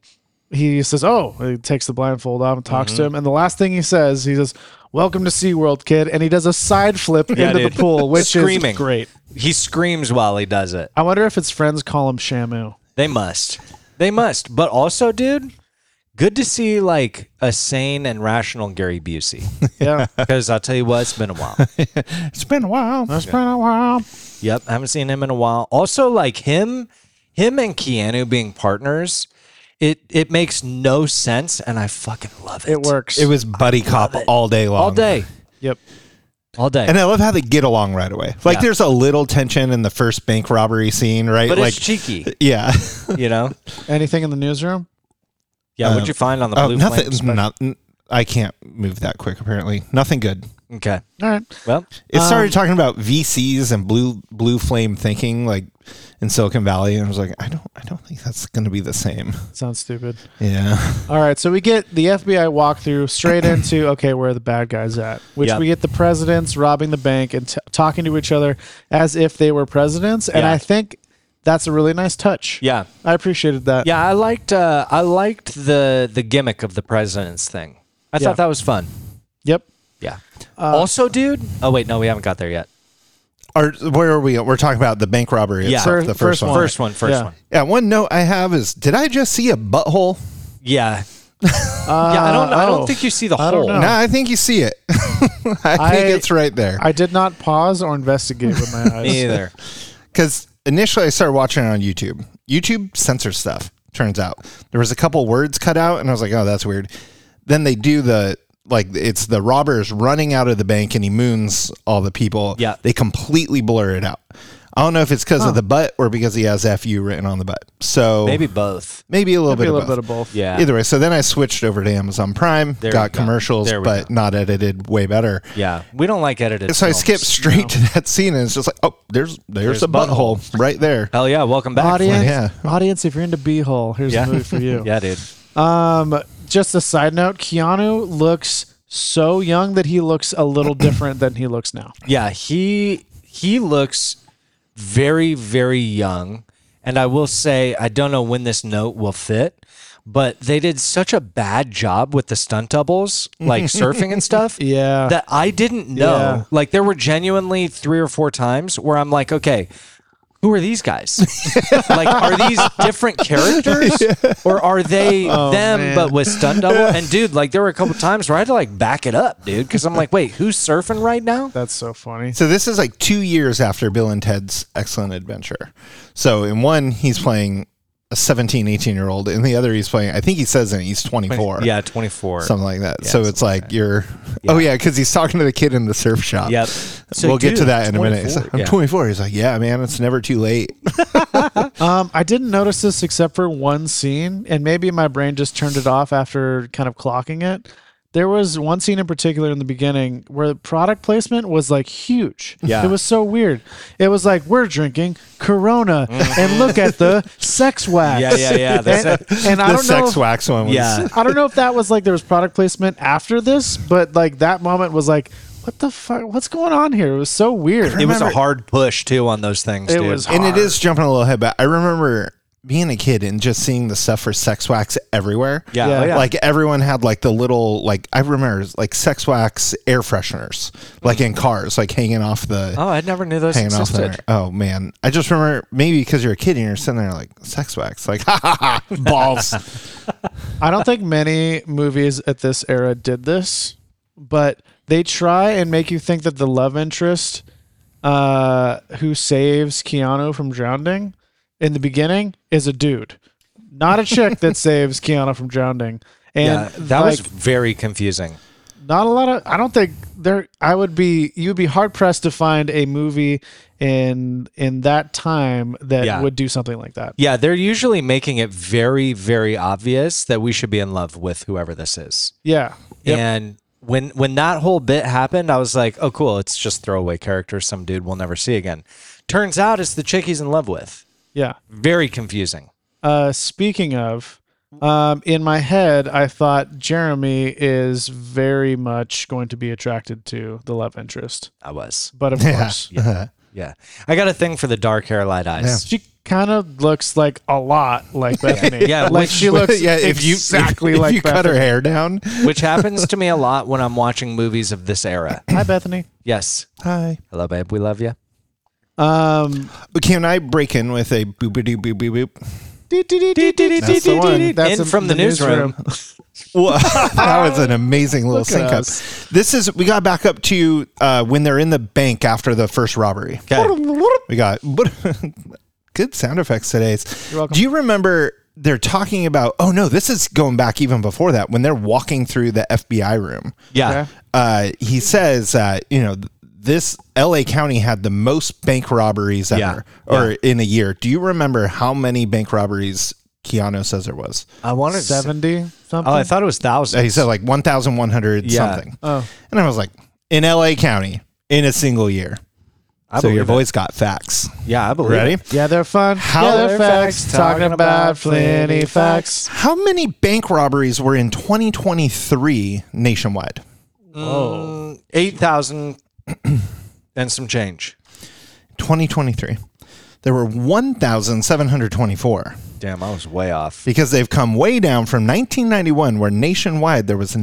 C: he says, Oh, he takes the blindfold off and talks
A: Mm-hmm.
C: to him. And the last thing he says, he says, Welcome to SeaWorld, kid. And he does a side flip
A: Yeah,
C: into
A: dude.
C: the pool, which
A: Screaming.
C: is great.
A: He screams while he does it.
C: I wonder if his friends call him Shamu.
A: They must. They must. But also, dude, good to see like a sane and rational Gary Busey.
C: Yeah.
A: Because I'll tell you what, it's been a while.
B: It's been a while.
C: It's been a while.
A: yep, I haven't seen him in a while. Also, like him, him and Keanu being partners, it it makes no sense, and I fucking love it.
C: It works.
B: It was buddy cop all day long.
A: all day,
C: Yep.
A: all day.
B: And I love how they get along right away. Like
A: Yeah.
B: there's a little tension in the first bank robbery scene, right?
A: but
B: like
A: it's cheeky,
B: yeah.
A: you know.
C: Anything in the newsroom?
A: Yeah, what'd you find on the
B: Oh,
A: blue
B: nothing.
A: flame?
B: Not, I can't move that quick. Apparently, nothing good.
A: Okay.
C: All right.
A: Well,
B: It started talking about VCs and blue blue flame thinking, like in Silicon Valley, and I was like, I don't, I don't think that's going to be the same.
C: Sounds stupid.
B: Yeah,
C: All right, so we get the FBI walkthrough straight into okay, where are the bad guys at? Which
A: Yep.
C: we get the presidents robbing the bank and t- talking to each other as if they were presidents, and
A: Yeah.
C: I think that's a really nice touch.
A: Yeah.
C: I appreciated that.
A: yeah, I liked uh, I liked the the gimmick of the president's thing. I
C: Yeah. Uh,
A: thought that was fun.
C: Yep.
A: Yeah. also, dude. Oh wait, no, we haven't got there yet.
B: or where are we? at? We're talking about the bank robbery.
A: Yeah.
B: itself,
A: Fir-
B: the
C: first
B: first,
C: one.
B: one.
A: First one, first
C: Yeah.
A: one.
B: Yeah, one note I have is, did I just see a butthole?
A: Yeah. yeah, I don't. I don't
C: oh.
A: think you see the
C: I don't
A: hole.
C: know.
B: No, I think you see it. I think it's right there.
C: I did not pause or investigate with my eyes.
A: Me either.
B: because initially I started watching it on YouTube. YouTube censors stuff. Turns out there was a couple words cut out, and I was like, "Oh, that's weird." Then they do the like it's the robbers running out of the bank, and he moons all the people.
A: Yeah.
B: they completely blur it out. I don't know if it's because of the butt or because he has "fu" written on the butt. So
A: Maybe both.
B: maybe a little
C: Maybe
B: bit
C: a
B: of
C: little
B: both.
C: bit of both.
A: Yeah.
B: Either way, so then I switched over to Amazon Prime,
A: There
B: got
A: we go.
B: commercials,
A: There we
B: but
A: go.
B: not edited, way better.
A: Yeah. We don't like edited.
B: So I
A: films.
B: skipped straight to that scene, and it's just like, oh, there's there's,
A: There's
B: a butthole right there.
A: Hell yeah! Welcome back,
C: Audience,
A: Flynn.
B: Yeah.
C: audience, if you're into B-hole, here's
A: Yeah.
C: a movie for you.
A: Yeah, dude.
C: Um, just a side note, Keanu looks so young that he looks a little different than he looks now.
A: Yeah, he he looks very very young, and I will say I don't know when this note will fit, but they did such a bad job with the stunt doubles, like surfing and stuff.
C: Yeah.
A: that I didn't know.
C: Yeah.
A: Like there were genuinely three or four times where I'm like, okay. Who are these guys? like, are these different characters, or are they them
C: Oh, man.
A: but with stunt double? And dude, like, there were a couple times where I had to like back it up, dude, because I'm like, wait, who's surfing right now?
C: That's so funny.
B: So this is like two years after Bill and Ted's Excellent Adventure. So in one, he's playing a 17, 18 year old, and the other he's playing, I think he says in he's 24.
A: Yeah, 24.
B: Something like that.
A: Yeah,
B: so it's
A: something like
B: like you're, oh, yeah, because he's talking to the kid in the surf shop.
A: Yep. So,
B: we'll get to
A: dude,
B: that in a minute. He's
A: 24,
B: like, I'm
A: yeah.
B: 24. He's like, yeah, man, it's never too late.
C: Um, I didn't notice this except for one scene, and maybe my brain just turned it off after kind of clocking it. There was one scene in particular in the beginning where product placement was like huge.
A: Yeah.
C: It was so weird. It was like, we're drinking Corona and look at the sex wax.
A: Yeah, yeah, yeah, that's
C: and,
A: it.
C: and I
B: the
C: don't know.
B: sex
C: if-
B: wax one was.
A: Yeah.
C: I don't know if that was like there was product placement after this, but like that moment was like, what the fuck? What's going on here? It was so weird.
A: It was a hard push too on those things.
C: It
A: dude.
C: was
B: And it is jumping a little head back. I remember being a kid and just seeing the stuff for sex wax everywhere.
A: Yeah,
C: Yeah.
A: oh, yeah.
B: Like everyone had like the little like I remember like sex wax air fresheners like in cars like hanging off the
A: oh, I never knew those
B: hanging off there.
A: existed.
B: Oh man, I just remember maybe because you're a kid and you're sitting there like sex wax like ha ha ha balls.
C: I don't think many movies at this era did this, but they try and make you think that the love interest uh, who saves Keanu from drowning in the beginning is a dude, not a chick that saves Keanu from drowning.
A: Yeah,
C: And
A: that was
C: like,
A: very confusing.
C: not a lot of. I don't think there. I would be. You would be hard pressed to find a movie in in that time that
A: Yeah.
C: would do something like that.
A: Yeah, they're usually making it very, very obvious that we should be in love with whoever this is.
C: Yeah.
A: And when when that whole bit happened, I was like, oh, cool, it's just throwaway character, some dude we'll never see again. Turns out it's the chick he's in love with.
C: Yeah.
A: Very confusing.
C: Uh, speaking of, um, in my head, I thought Jeremy is very much going to be attracted to the love interest,
A: I was.
C: but of course,
A: Yeah. I got a thing for the dark hair, light eyes.
C: she kind of looks like a lot like Bethany.
A: Yeah,
C: like
A: which-
C: she looks
B: yeah, if you
C: exactly
B: if,
C: like
B: you
C: Bethany.
B: cut her hair down.
A: Which happens to me a lot when I'm watching movies of this era.
C: Hi, Bethany.
A: Yes.
B: Hi.
A: Hello, babe. We love you.
C: Um,
B: Can I break in with a boopity boop boop boop?
C: that's the one. That's
A: in
C: a-
A: from the, newsroom.
B: Well, that was an amazing little
C: Look
B: sync
C: at
B: up.
C: us.
B: This is we got back up to uh, when they're in the bank after the first robbery. We got good sound effects today.
C: welcome.
B: Do you remember they're talking about? Oh no, this is going back even before that when they're walking through the FBI room.
A: Yeah.
B: Uh, he says, uh, you know, th- this LA County had the most bank robberies
A: Yeah.
B: ever, or in a year. Do you remember how many bank robberies Keanu says there was?
A: I wanted seven.
C: Seventy something.
A: Oh, I thought it was thousands.
B: Uh, He said like 1,100
A: Yeah.
B: something.
C: Oh.
B: And I was like, in LA County in a single year.
A: I
B: so your
A: believe it.
B: voice got facts.
A: Yeah, I believe.
B: Ready?
A: it.
C: yeah, they're fun.
B: How-
C: yeah, they're facts. Talking about Flinty facts.
B: How many bank robberies were in 2023 nationwide?
A: Mm, Eight thousand and some change.
B: 2023. There were 1,724
A: Damn, I was way off.
B: because they've come way down from 1991 where nationwide there was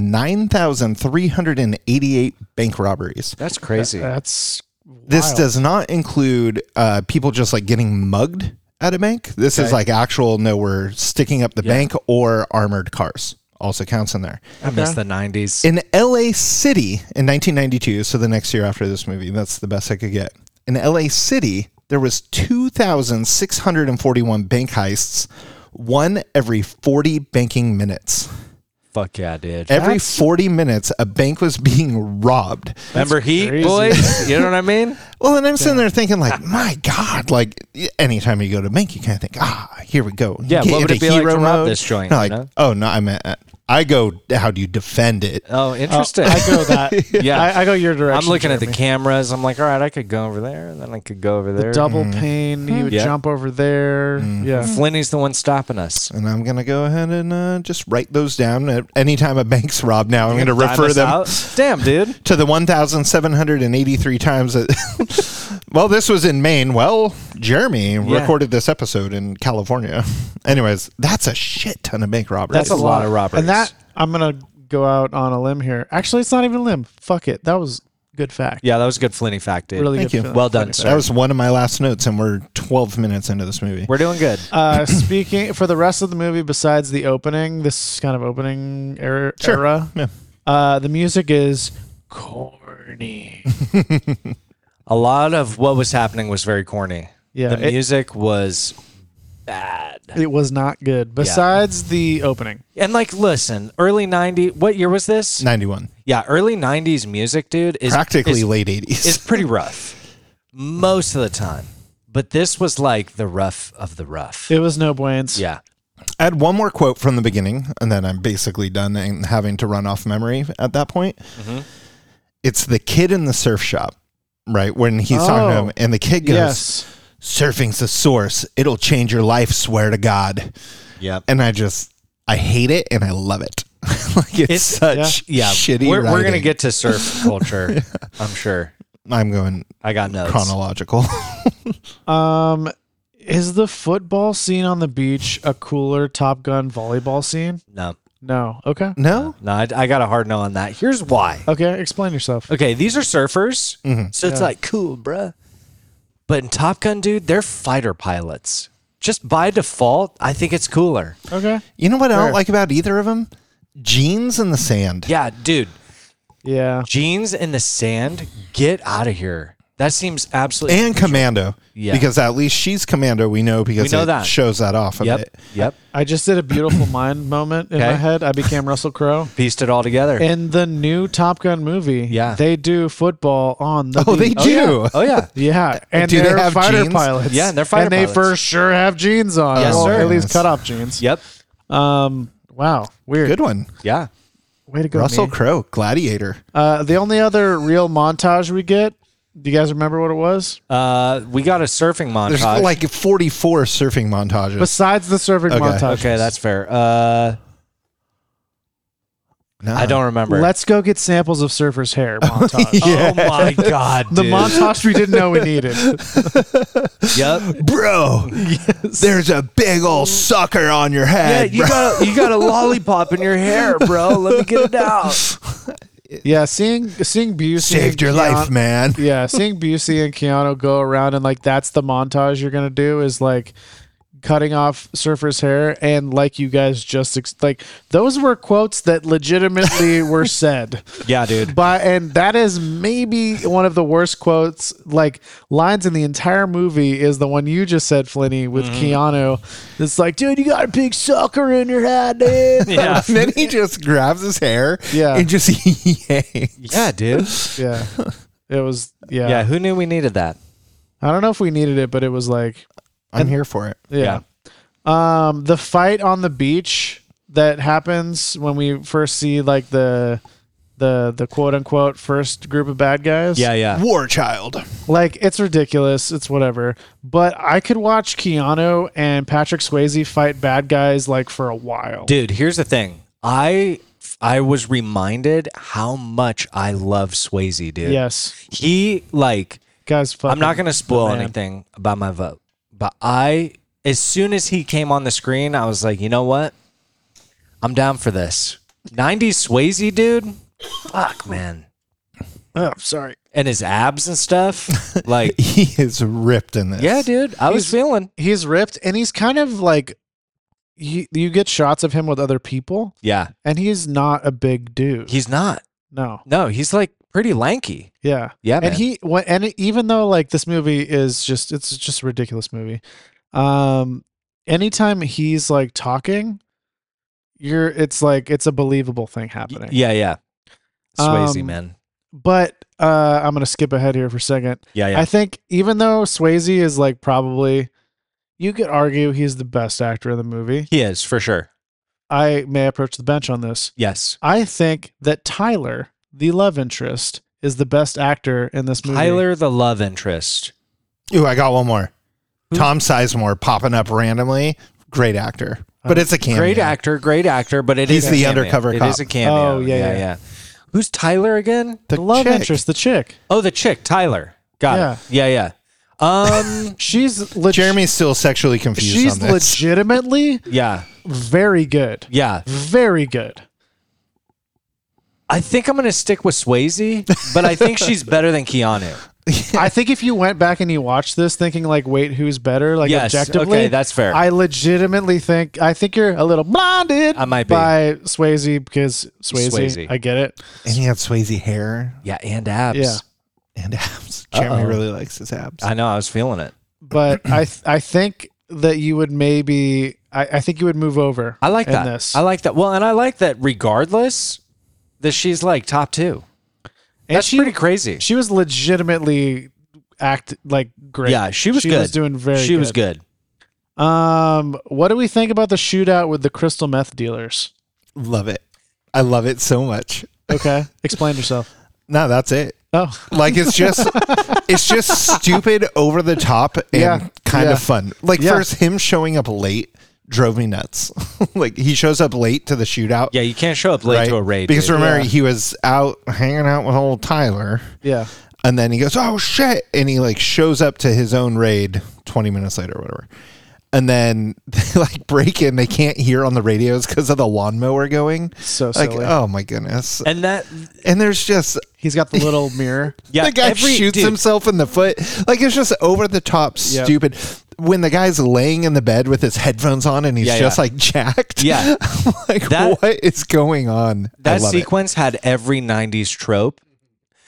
B: 9,388 bank robberies.
A: That's crazy.
C: Uh, That's
B: This
C: wild.
B: does not include uh, people just like getting mugged at a bank. This is like actual no, we're sticking up the bank or armored cars also counts in there.
A: I miss the nineties.
B: In LA City in 1992, so the next year after this movie, that's the best I could get. In LA City, there was 2,641 bank heists, one every 40 banking minutes.
A: Fuck yeah, dude.
B: Every
C: That's-
B: 40 minutes, a bank was being robbed.
A: Remember Heat
C: crazy.
A: boys? You know what I mean?
B: Well, and I'm sitting there thinking, like, my God, like, y- anytime you go to bank, you kind of think, ah, here we go. You
A: Yeah,
B: get
A: what would
B: into
A: it be like
B: hero
A: to rob
B: mode.
A: this joint,
B: No,
A: you
B: like,
A: know?
B: oh, no, I meant, I go, how do you defend it?
A: Oh, interesting.
C: Uh, I go that.
A: Yeah.
C: I, I go your direction.
A: I'm looking at the
C: Jeremy.
A: cameras. I'm like, all right, I could go over there, and then I could go over there. Hmm.
C: double
B: Mm-hmm.
C: pane. You would
A: Yeah.
C: jump over there. Yeah.
A: Flinty's the one stopping us.
B: and I'm gonna go ahead and uh, just write those down. At any time a bank's robbed, now I'm gonna
A: Dime
B: refer
A: us
B: them
A: out. Damn, dude.
B: to the 1,783 times. That, well, this was in Maine. Well, Jeremy recorded this episode in California. Anyways, that's a shit ton of bank robberies.
A: That's a lot of robberies.
C: And that I'm gonna go out on a limb here. Actually, it's not even a limb. Fuck it. That was good fact.
A: Yeah, that was a good Flinty fact, dude.
C: Really
B: Thank
C: good.
B: you.
C: fact.
A: Well done,
C: Funny
A: sir.
B: That was one of my last notes, and we're 12 minutes into this movie.
A: We're doing good.
C: Uh, speaking for the rest of the movie, besides the opening, this kind of opening era, era
B: Yeah.
C: uh, the music is corny.
A: a lot of what was happening was very corny.
C: Yeah,
A: the
C: it-
A: music was bad.
C: It was not good. Besides the opening,
A: And like, listen, early ninety. What year was this?
B: 91.
A: Yeah, early '90s music, dude, is
B: Practically
A: is,
B: late 80s.
A: is pretty rough most of the time. But this was like the rough of the rough.
C: it was no buenos.
A: Yeah,
B: I had one more quote from the beginning, and then I'm basically done and having to run off memory at that point.
A: Mm-hmm.
B: It's the kid in the surf shop, right? When he's talking
C: Oh.
B: to him, and the kid goes,
C: Yes.
B: Surfing's the source. It'll change your life, swear to God.
A: Yep.
B: And I just, I hate it and I love it. like, it's,
A: It's-
B: such
A: yeah.
B: shitty.
A: we're we're gonna
B: writing.
A: get to surf culture. I'm sure.
B: I'm going
A: I got notes.
B: chronological.
C: Um, is the football scene on the beach a cooler Top Gun volleyball scene?
A: No,
C: No. Okay.
B: no?
A: no, I, I got a hard no on that. Here's why.
C: Okay. Explain yourself.
A: Okay, these are surfers, so it's like cool, bruh. But in Top Gun, dude, they're fighter pilots. Just by default, I think it's cooler.
C: Okay.
B: You know what I don't like about either of them? Jeans in the sand.
A: Yeah, dude,
C: Yeah.
A: jeans in the sand. Get out of here. That seems absolutely.
B: and commando
A: Yeah.
B: because at least she's commando we know because
A: We know
B: it
A: that.
B: shows that off a
A: yep,
B: bit
A: yep.
C: I just did a beautiful mind moment in my
A: Okay.
C: head. I became Russell Crowe.
A: Pieced it all together.
C: In the new Top Gun movie,
A: Yeah.
C: they do football on the
B: oh they
C: beach.
B: do Uh,
A: oh yeah,
C: Yeah, and
B: Do they
C: they're
B: have
C: fighter
B: jeans?
C: pilots.
A: Yeah, and they're fighter
C: and they
A: pilots.
C: for sure have jeans on.
A: Yes,
C: Well,
A: sir.
C: At least
B: Yes.
C: cutoff jeans.
A: yep,
C: Um. Wow. Weird.
B: Oh, good one
A: yeah.
C: Way to go,
B: russell
C: me.
B: crowe gladiator
C: Uh, the only other real montage we get. Do you guys remember what it was?
A: Uh, we got a surfing
B: there's
A: montage.
B: like 44 surfing montages
C: Besides the surfing
B: Okay.
C: montage.
A: okay, that's fair. Uh,
B: No.
A: I don't remember.
C: Let's go get samples of Surfer's hair montage.
A: Oh my god,
C: The
A: dude.
C: montage we didn't know we needed.
A: Yep.
B: bro there's a big old sucker on your
A: Yeah,
B: head
A: you
B: bro.
A: got a, you got a lollipop in your hair, bro. Let me get it out.
C: Yeah, seeing seeing Busey
B: saved
C: and
B: your
C: Keanu-
B: life man
C: Yeah, seeing Busey and Keanu go around and like that's the montage you're gonna do is like cutting off Surfer's hair and like you guys just ex- like those were quotes that legitimately were said.
A: Yeah, dude.
C: But and that is maybe one of the worst quotes, like lines in the entire movie is the one you just said, Flinny, with
A: Mm-hmm.
C: Keanu. It's like, dude, you got a big sucker in your head, dude.
A: Yeah.
B: and then he just grabs his hair
C: Yeah.
B: and just yanks.
A: Yeah, dude.
C: yeah, it was. Yeah.
A: Yeah, who knew we needed that?
C: I don't know if we needed it, but it was like,
B: i'm here for it
C: yeah. Um, the fight on the beach that happens when we first see like the the the quote unquote first group of bad guys.
A: Yeah, yeah.
B: war child
C: Like it's ridiculous. It's whatever. But I could watch Keanu and Patrick Swayze fight bad guys like for a while.
A: Dude, here's the thing. I I was reminded how much I love Swayze, dude.
C: yes,
A: He like
C: guys. Fucking,
A: I'm not going to spoil
C: man.
A: anything about my vote, but I as soon as he came on the screen, I was like, "You know what? I'm down for this." 90s Swayze, dude. Fuck, man.
C: Oh, sorry.
A: And his abs and stuff. Like
B: he is ripped in this
A: Yeah, dude. I was
C: He's-
A: feeling.
C: He's ripped, and he's kind of like. You, you get shots of him with other people,
A: Yeah.
C: and he's not a big dude.
A: He's not.
C: no,
A: No, he's like pretty lanky.
C: yeah,
A: Yeah,
C: and
A: man.
C: he when and it- even though like this movie is just it's just a ridiculous movie um anytime he's like talking you're it's like it's a believable thing happening
A: yeah, yeah. Swayze,
C: Um,
A: man.
C: but uh i'm gonna skip ahead here for a second
A: Yeah, yeah.
C: i think even though swayze is like probably you could argue he's the best actor in the movie
A: he is for sure.
C: i may approach the bench on this
A: Yes.
C: i think that tyler the love interest is the best actor in this movie
A: Tyler, the love interest.
B: Ooh, I got one more. Tom Sizemore popping up randomly. Great actor, but
C: Uh,
B: it's a cameo.
A: Great actor, great actor, but it is
B: He's
A: a
B: the
A: cameo.
B: undercover
A: It
B: cop.
A: is a cameo.
C: Oh, yeah, yeah.
A: Who's Tyler again?
C: the love
B: chick.
C: interest the chick
A: Oh, the chick, Tyler. Got it. Yeah, yeah. Um,
C: She's legit.
B: Jeremy's still sexually confused
C: She's
B: on this.
C: legitimately
A: yeah,
C: very good.
A: yeah.
C: Very good.
A: I think I'm gonna stick with Swayze, but I think she's better than Keanu.
C: I think if you went back and you watched this thinking like, wait, who's better? Like
A: Yes,
C: objectively,
A: okay, that's fair.
C: I legitimately think I think you're a little blinded.
A: I might be.
C: by Swayze because Swayze,
A: Swayze.
C: I get it.
B: and he had Swayze hair
A: Yeah, and abs.
C: Yeah.
B: and abs. Jeremy really likes his abs.
A: I know. I was feeling it.
C: But I th- I think that you would maybe. I, I think you would move over.
A: I like
C: in
A: that.
C: This.
A: I like that. Well, and I like that regardless that she's like top two.
C: And
A: That's
C: she-
A: pretty crazy.
C: She was legitimately act like great.
A: yeah, she was good.
C: doing very.
A: She was good.
C: Um, what do we think about the shootout with the crystal meth dealers?
B: Love it. I love it so much.
C: Okay, explain yourself.
B: No, that's it.
C: Oh,
B: Like it's just it's just stupid over the top and
C: Yeah.
B: kind
C: Yeah.
B: of fun. Like
C: Yeah.
B: first him showing up late drove me nuts. like he shows up late to the shootout.
A: Yeah, you can't show up late
B: right?
A: to a raid.
B: Because
A: dude.
B: remember
C: Yeah.
B: he was out hanging out with old Tyler.
C: yeah.
B: And then he goes, "Oh shit!" And he like shows up to his own raid twenty minutes later, or whatever. And then they like break in. They can't hear on the radios because of the lawnmower going.
C: So
B: like,
C: silly.
B: oh my goodness!
A: and
B: And,
A: that
B: there's just
C: He's got the little mirror.
A: yeah,
B: the guy
A: every-
B: shoots
A: dude,
B: himself in the foot. Like it's just over the top,
C: Yep.
B: stupid. When the guy's laying in the bed with his headphones on and he's
A: Yeah,
B: just
A: yeah.
B: like jacked.
A: Yeah.
B: I'm like
A: That-
B: what is going on? I
A: That
B: love it.
A: sequence had every '90s trope.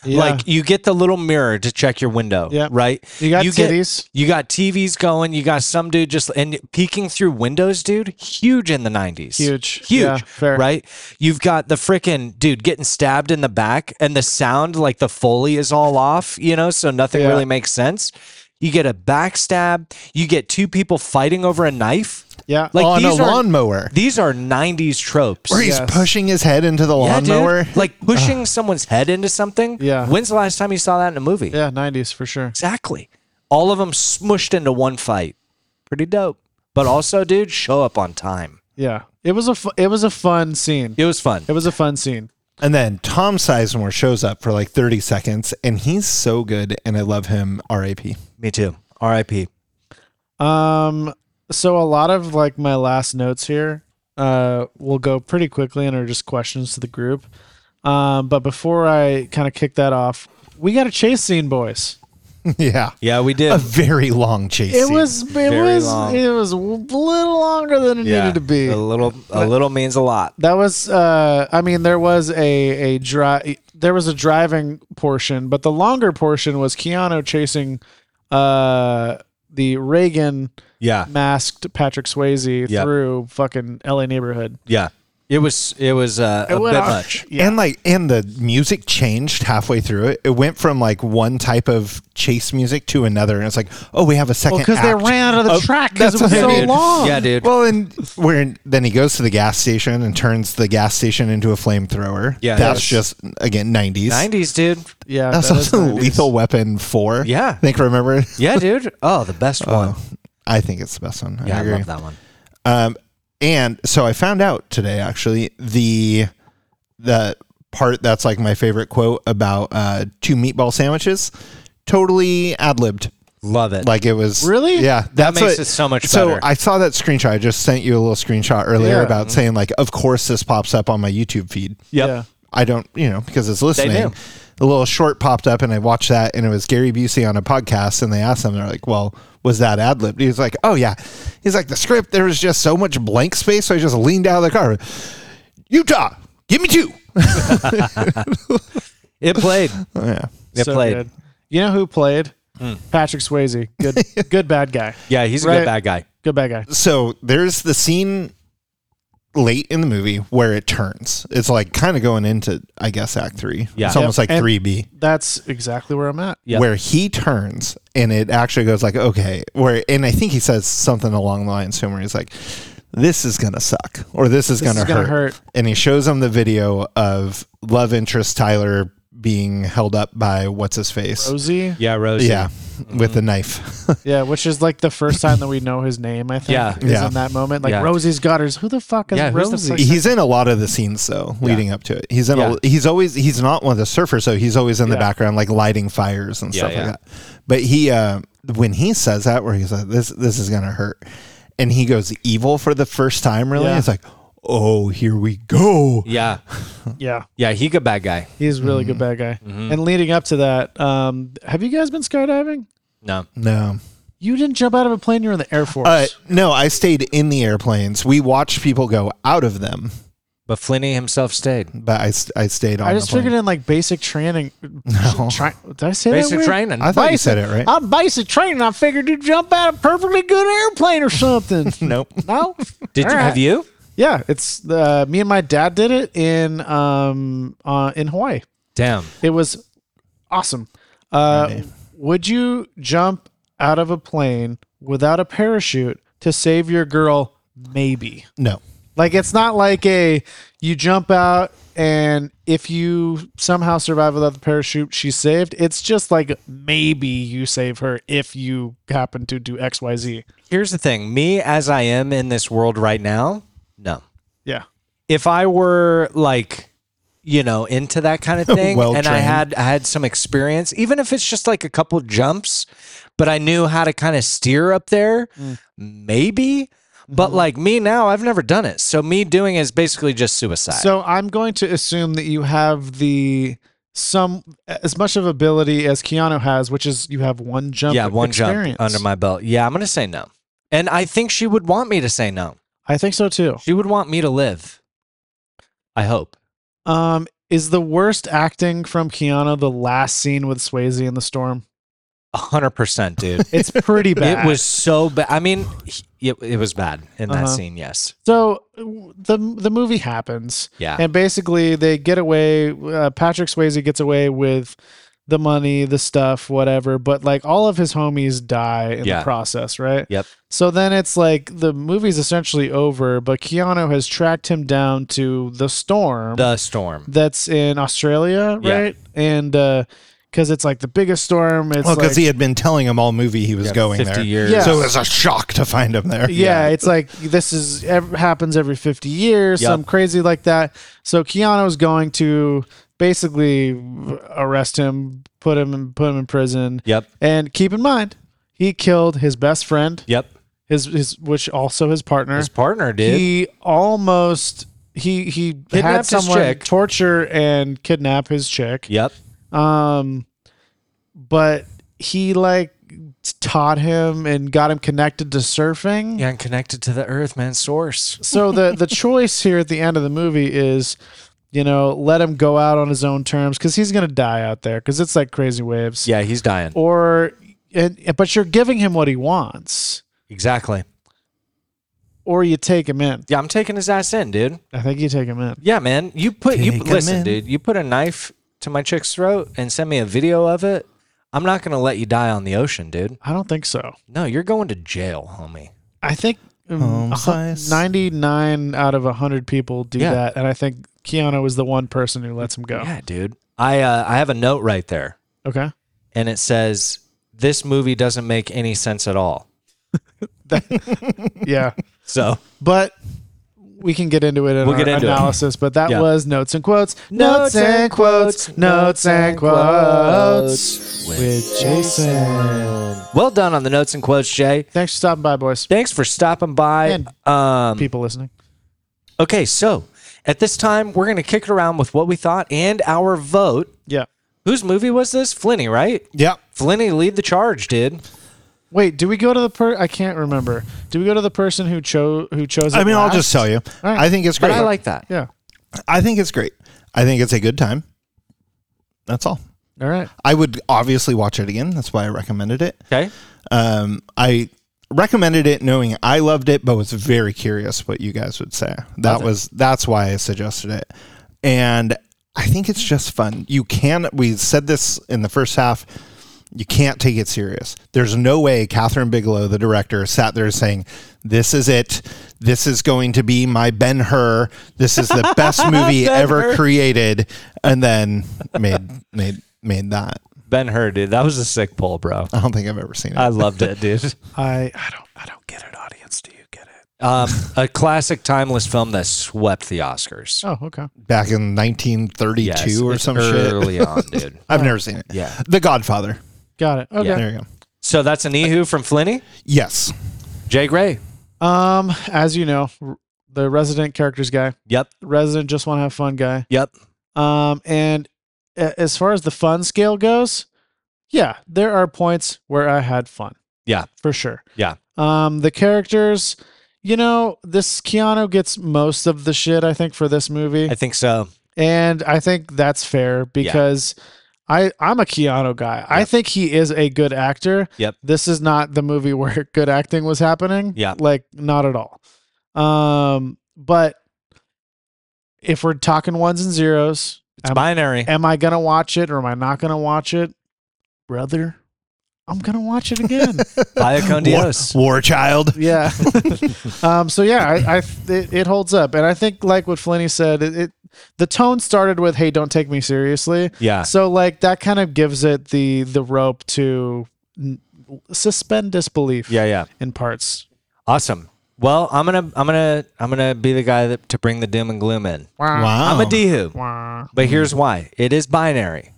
C: Yeah.
A: Like you get the little mirror to check your window,
C: Yeah.
A: right?
C: You got
A: get-
C: titties.
A: you got TVs going. You got some dude just and peeking through windows, dude. Huge in the '90s.
C: Huge.
A: huge,
C: Yeah, fair.
A: right? You've got the freaking dude getting stabbed in the back, and the sound like the foley is all off, you know, so nothing
C: Yeah.
A: really makes sense. You get a backstab. You get two people fighting over a knife.
C: yeah. Oh,
A: Like
B: on a
A: these are-
B: lawnmower.
A: These are '90s tropes.
B: Where he's
C: Yes.
B: pushing his head into the
A: Yeah, dude.
B: lawnmower.
A: Like pushing someone's head into something.
C: Yeah.
A: When's the last time you saw that in a movie?
C: yeah, nineties for sure.
A: Exactly. All of them smushed into one fight. Pretty dope. But also, dude, show up on time.
C: Yeah, it was a fu- it was a fun scene.
A: It was fun.
C: It was a fun scene.
B: And then Tom Sizemore shows up for like 30 seconds, and he's so good, and I love him. RAP.
A: Me too. R.I.P.
C: Um, so a lot of like my last notes here, uh, will go pretty quickly and are just questions to the group. Um, but before I kind of kick that off, we got a chase scene, boys.
B: yeah,
A: Yeah, we did.
B: a very long chase.
C: It
B: scene.
C: was it
A: very
C: was
A: long.
C: it was a little longer than it needed to be.
A: A little, a little means a lot.
C: That was uh I mean there was a a dri- there was a driving portion, but the longer portion was Keanu chasing uh the Reagan
A: Yeah,
C: masked Patrick Swayze
A: Ah. Yep.
C: through fucking LA neighborhood.
A: yeah. It was, it was uh, a
C: It
A: bit
C: went off-
A: much.
C: Yeah.
B: And like, and the music changed halfway through it. It went from like one type of chase music to another, and it's like, oh, we have a second.
C: because they
B: act.
C: ran out of the
B: Oh,
C: track because it
B: that's
C: was
B: what I
C: so
B: mean.
C: long.
A: Yeah, dude.
B: Well, and where then he goes to the gas station and turns the gas station into a flamethrower.
A: Yeah,
B: that's
A: yes.
B: just again nineties.
A: Nineties, dude.
C: yeah,
B: That's
C: that is
B: also
C: 90s.
B: Lethal Weapon Four.
A: Yeah.
B: I think remember.
A: Yeah, dude. Oh, the best one.
B: I think it's the best one.
A: yeah, I
B: agree.
A: love that one.
B: Um, and so I found out today actually the the part that's like my favorite quote about uh, two meatball sandwiches, totally ad libbed.
A: Love it.
B: Like it was
C: Really?
B: yeah.
A: That
B: That's
A: makes
B: what-
A: it so much better. Mm-hmm.
B: I saw that screenshot. I just sent you a little screenshot earlier
C: Yeah.
B: about saying like, of course this pops up on my YouTube feed.
A: Yep.
C: Yeah.
B: I don't, you know, because it's
A: do.
B: listening. The little short popped up, and I watched that, and it was Gary Busey on a podcast, and they asked him, they're like, "Well, was that ad lib?" He was like, "Oh yeah." He's like, "The script, there was just so much blank space, so I just leaned out of the car. Utah, give me two.
A: It played.
B: Oh, yeah,
A: It
C: So
A: played. Hmm.
C: good. You know who played? Patrick Swayze. Good good bad guy.
A: Yeah, he's a
C: Right.
A: good bad guy.
C: Good bad guy.
B: so there's the scene late in the movie where it turns. It's like kind of going into, I guess, Act Three.
A: Yeah.
B: it's almost like
C: Yep. And-
B: three B.
C: That's exactly where I'm at.
A: Yeah.
B: where he turns and it actually goes like okay where and i think he says something along the lines somewhere he's like this is gonna suck or this is, gonna,
C: is gonna
B: hurt.
C: hurt.
B: and he shows him the video of love interest tyler being held up by what's his face
C: Rosie.
A: Yeah, Rosie.
B: yeah with the knife
C: Yeah, which is like the first time that we know his name, I think.
A: Yeah.
C: Is
B: Yeah.
C: in that moment. Like
A: Yeah.
C: Rosie's got hers. Who the fuck is
A: Yeah, who's the
C: Rosie?
A: fuck-
B: he's in a lot of the scenes though leading up to it he's in
A: Yeah.
B: a, he's always he's not one of the surfers so he's always in the
C: Yeah.
B: background like lighting fires and
A: Yeah,
B: stuff
A: yeah.
B: like that but he uh when he says that where he's like this this is gonna hurt and he goes evil for the first time really
C: Yeah.
B: it's like oh here we go
A: Yeah.
C: yeah.
A: Yeah, he Mm-hmm. good bad guy.
C: He's a really good bad guy. And leading up to that, um, have you guys been skydiving?
A: No.
B: no
C: You didn't jump out of a plane, you were in the Air Force.
B: uh no i stayed in the airplanes we watched people go out of them
A: But Flinney himself stayed.
B: But I, st- I stayed on.
C: I
B: the
C: just
B: plane.
C: figured in like basic training. No. did I say
A: Basic
C: that weird?
A: training.
B: I thought you
C: Basic-
B: said it right.
C: I'm basic training. I figured you'd jump out of a perfectly good airplane or something.
B: nope.
C: no?
A: Did
C: All
A: you
C: right.
A: have you?
C: Yeah, it's uh, me and my dad did it in um uh, in Hawaii.
A: Damn.
C: It was awesome. Uh, would you jump out of a plane without a parachute to save your girl? Maybe.
B: No.
C: Like it's not like a you jump out and if you somehow survive without the parachute, she's saved. It's just like maybe you save her if you happen to do X Y Z.
A: Here's the thing. Me as I am in this world right now, no.
C: Yeah.
A: if I were like, you know, into that kind of thing,
B: Well
A: and I
B: trained.
A: had I had some experience, even if it's just like a couple jumps, but I knew how to kind of steer up there,
C: Mm.
A: maybe. But
C: Mm-hmm.
A: like me now, I've never done it, so me doing it is basically just suicide.
C: So I'm going to assume that you have the some as much of ability as Keanu has, which is you have one jump.
A: yeah, one
C: experience.
A: jump under my belt. Yeah, I'm gonna say no, and I think she would want me to say no.
C: I think so too.
A: She would want me to live. I hope.
C: Um, is the worst acting from Keanu the last scene with Swayze in the storm?
A: a 100%, dude.
C: It's pretty bad.
A: It was so bad. I mean, he- it, it was bad in that
C: Uh-huh.
A: scene, yes.
C: So w- the the movie happens,
A: Yeah.
C: and basically they get away. Uh, Patrick Swayze gets away with the money, the stuff, whatever. But like all of his homies die in
A: Yeah.
C: the process, right?
A: Yep.
C: So then it's like the movie's essentially over, but Keanu has tracked him down to the storm
A: The storm.
C: that's in Australia,
A: Yeah.
C: right? And because it's like the biggest storm, it's
A: Oh,
B: Well, because
C: like,
B: he had been telling him all movie he was going
A: 50
B: there.
A: years.
C: Yeah.
B: So it was a shock to find him there.
C: Yeah, it's like this is ev- happens every 50 years,
A: Yep.
C: some crazy like that. So Keanu's going to basically arrest him, put him in, put him in prison.
A: Yep.
C: And keep in mind, he killed his best friend,
A: Yep.
C: his his which also his partner.
A: His partner did.
C: he almost he he had
A: Kidnapped his
C: someone
A: chick.
C: torture and kidnap his chick.
A: yep.
C: Um, but he like taught him and got him connected to surfing.
A: Yeah, and connected to the earth, man. Source.
C: so the the choice here at the end of the movie is you know let him go out on his own terms because he's gonna die out there because it's like crazy waves
A: Yeah, he's dying.
C: or and but you're giving him what he wants
A: Exactly.
C: or you take him in
A: Yeah, I'm taking his ass in, dude.
C: i think you take him in
A: Yeah, man. You put you
B: Take 'em
A: listen,
B: in.
A: dude. You put a knife to my chick's throat and send me a video of it. I'm not gonna let you die on the ocean, dude.
C: i don't think so
A: No, you're going to jail, homie.
C: i think um,
B: Home
C: a hun-
B: slice.
C: 99 out of 100 people do
A: Yeah.
C: that and i think keanu is the one person who lets him go
A: Yeah, dude. I uh, I have a note right there,
C: okay
A: and it says this movie doesn't make any sense at all.
C: yeah
A: So
C: but we can get into it in
A: We'll
C: our
A: get into it.
C: analysis. But that
A: Yeah.
C: was notes and quotes,
A: Notes and quotes,
C: notes and quotes
A: quotes
C: with Jason.
A: well done on the notes and quotes, Jay.
C: Thanks for stopping by, boys.
A: Thanks for stopping by.
C: And-
A: Um,
C: People listening.
A: Okay, so at this time, we're going to kick it around with what we thought and our vote.
C: Yeah.
A: Whose movie was this? Flinny, right?
B: Yep.
A: Flinny lead the charge, dude.
C: Wait, do we go to the per? I can't remember. Do we go to the person who chose who chose?
B: I
C: it
B: mean, I'll
C: last?
B: just tell you.
C: right.
B: I think it's
A: But
B: great.
A: I like that.
C: Yeah.
B: I think it's great. I think it's a good time. That's all.
C: All right.
B: I would obviously watch it again. That's why I recommended it.
A: Okay.
B: Um, I recommended it knowing I loved it, but was very curious what you guys would say. That was that's why I suggested it, and I think it's just fun. You can we said this in the first half. You can't take it serious. There's no way Catherine Bigelow, the director, sat there saying, "This is it. This is going to be my Ben Hur. This is the best movie ever created," and then made made made that.
A: Ben Hur, dude. That was a sick poll, bro.
B: I don't think I've ever seen it.
A: I loved it, dude.
C: I I don't I don't get it, audience. Do you get it?
A: Um, a classic, timeless film that swept the Oscars.
C: Oh, okay.
B: back in 1932
A: Yes,
B: or
A: it's
B: some shit.
A: early on, dude.
B: I've never seen it.
A: Yeah.
B: The Godfather.
C: Got it. Okay.
A: Yeah.
B: There you go.
A: So that's an Ehu from Flinny.
B: Yes.
A: Jay Gray.
C: Um, as you know, r- the resident characters guy,
A: Yep.
C: resident just want to have fun guy.
A: Yep.
C: Um, and a- as far as the fun scale goes, yeah, there are points where I had fun.
A: Yeah.
C: for sure.
A: Yeah.
C: Um, the characters, you know, this Keanu gets most of the shit, I think, for this movie.
A: I think so.
C: And I think that's fair because I I'm a Keanu guy. I think he is a good actor.
A: Yep.
C: This is not the movie where good acting was happening.
A: Yeah.
C: Like not at all. Um but if we're talking ones and zeros,
A: It's
C: am,
A: binary.
C: am I going to watch it or am I not going to watch it? Brother, I'm going to watch it again.
A: Via con
B: War,
A: Dios.
B: war child.
C: yeah. um, so yeah, I, I it, it holds up, and I think like what Flinny said, it, it the tone started with "Hey, don't take me seriously."
A: Yeah.
C: So like that kind of gives it the the rope to n- suspend disbelief.
A: Yeah, yeah.
C: In parts.
A: Awesome. Well, I'm gonna I'm gonna I'm gonna be the guy that, to bring the doom and gloom in.
B: Wow.
A: I'm a Dehu.
C: Wah.
A: But here's why. It is binary.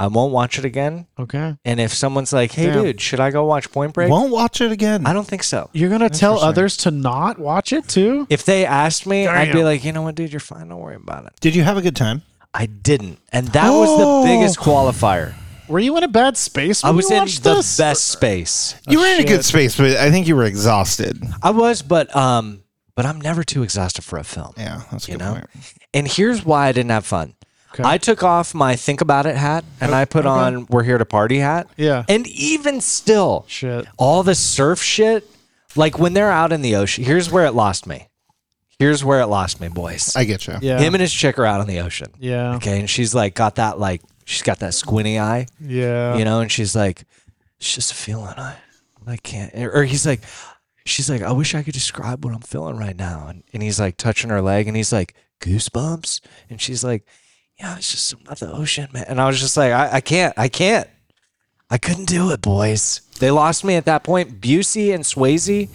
A: I won't watch it again.
C: Okay.
A: And if someone's like, "Hey,
C: Damn.
A: dude, should I go watch Point Break?"
B: Won't watch it again.
A: I don't think so.
C: You're gonna tell others to not watch it too.
A: If they asked me, I'd be
C: Damn.
A: like, "You know what, dude? You're fine. Don't worry about it."
B: Did you have a good time?
A: I didn't, and that was
B: Oh.
A: the biggest qualifier.
C: Were you in a bad space? When
A: I was
C: you
A: in
C: watched
A: the
C: this?
A: best space.
B: you were in a good space, but I think you were exhausted.
A: I was, but um, but I'm never too exhausted for a film.
B: Yeah, that's a
A: you
B: good
A: know.
B: point.
A: And here's why I didn't have fun.
C: Okay. Oh,
A: I took off my think about it hat and I put on we're here to party hat.
C: Yeah.
A: And even still,
C: Shit.
A: all the surf shit, like when they're out in the ocean, here's where it lost me. Here's where it lost me, boys.
B: I get you.
C: Yeah.
A: Him and his chick are out on the ocean.
C: Yeah.
A: Okay. And she's like, got that, like, she's got that squinty eye,
C: yeah.
A: you know, and she's like, it's just a feeling. I, I can't. Or he's like, she's like, I wish I could describe what I'm feeling right now. And, and he's like touching her leg and he's like, goosebumps. And she's like, yeah, it's just another ocean, man. And I was just like, I, I can't. I can't. I couldn't do it, boys. They lost me at that point. Busey and Swayze,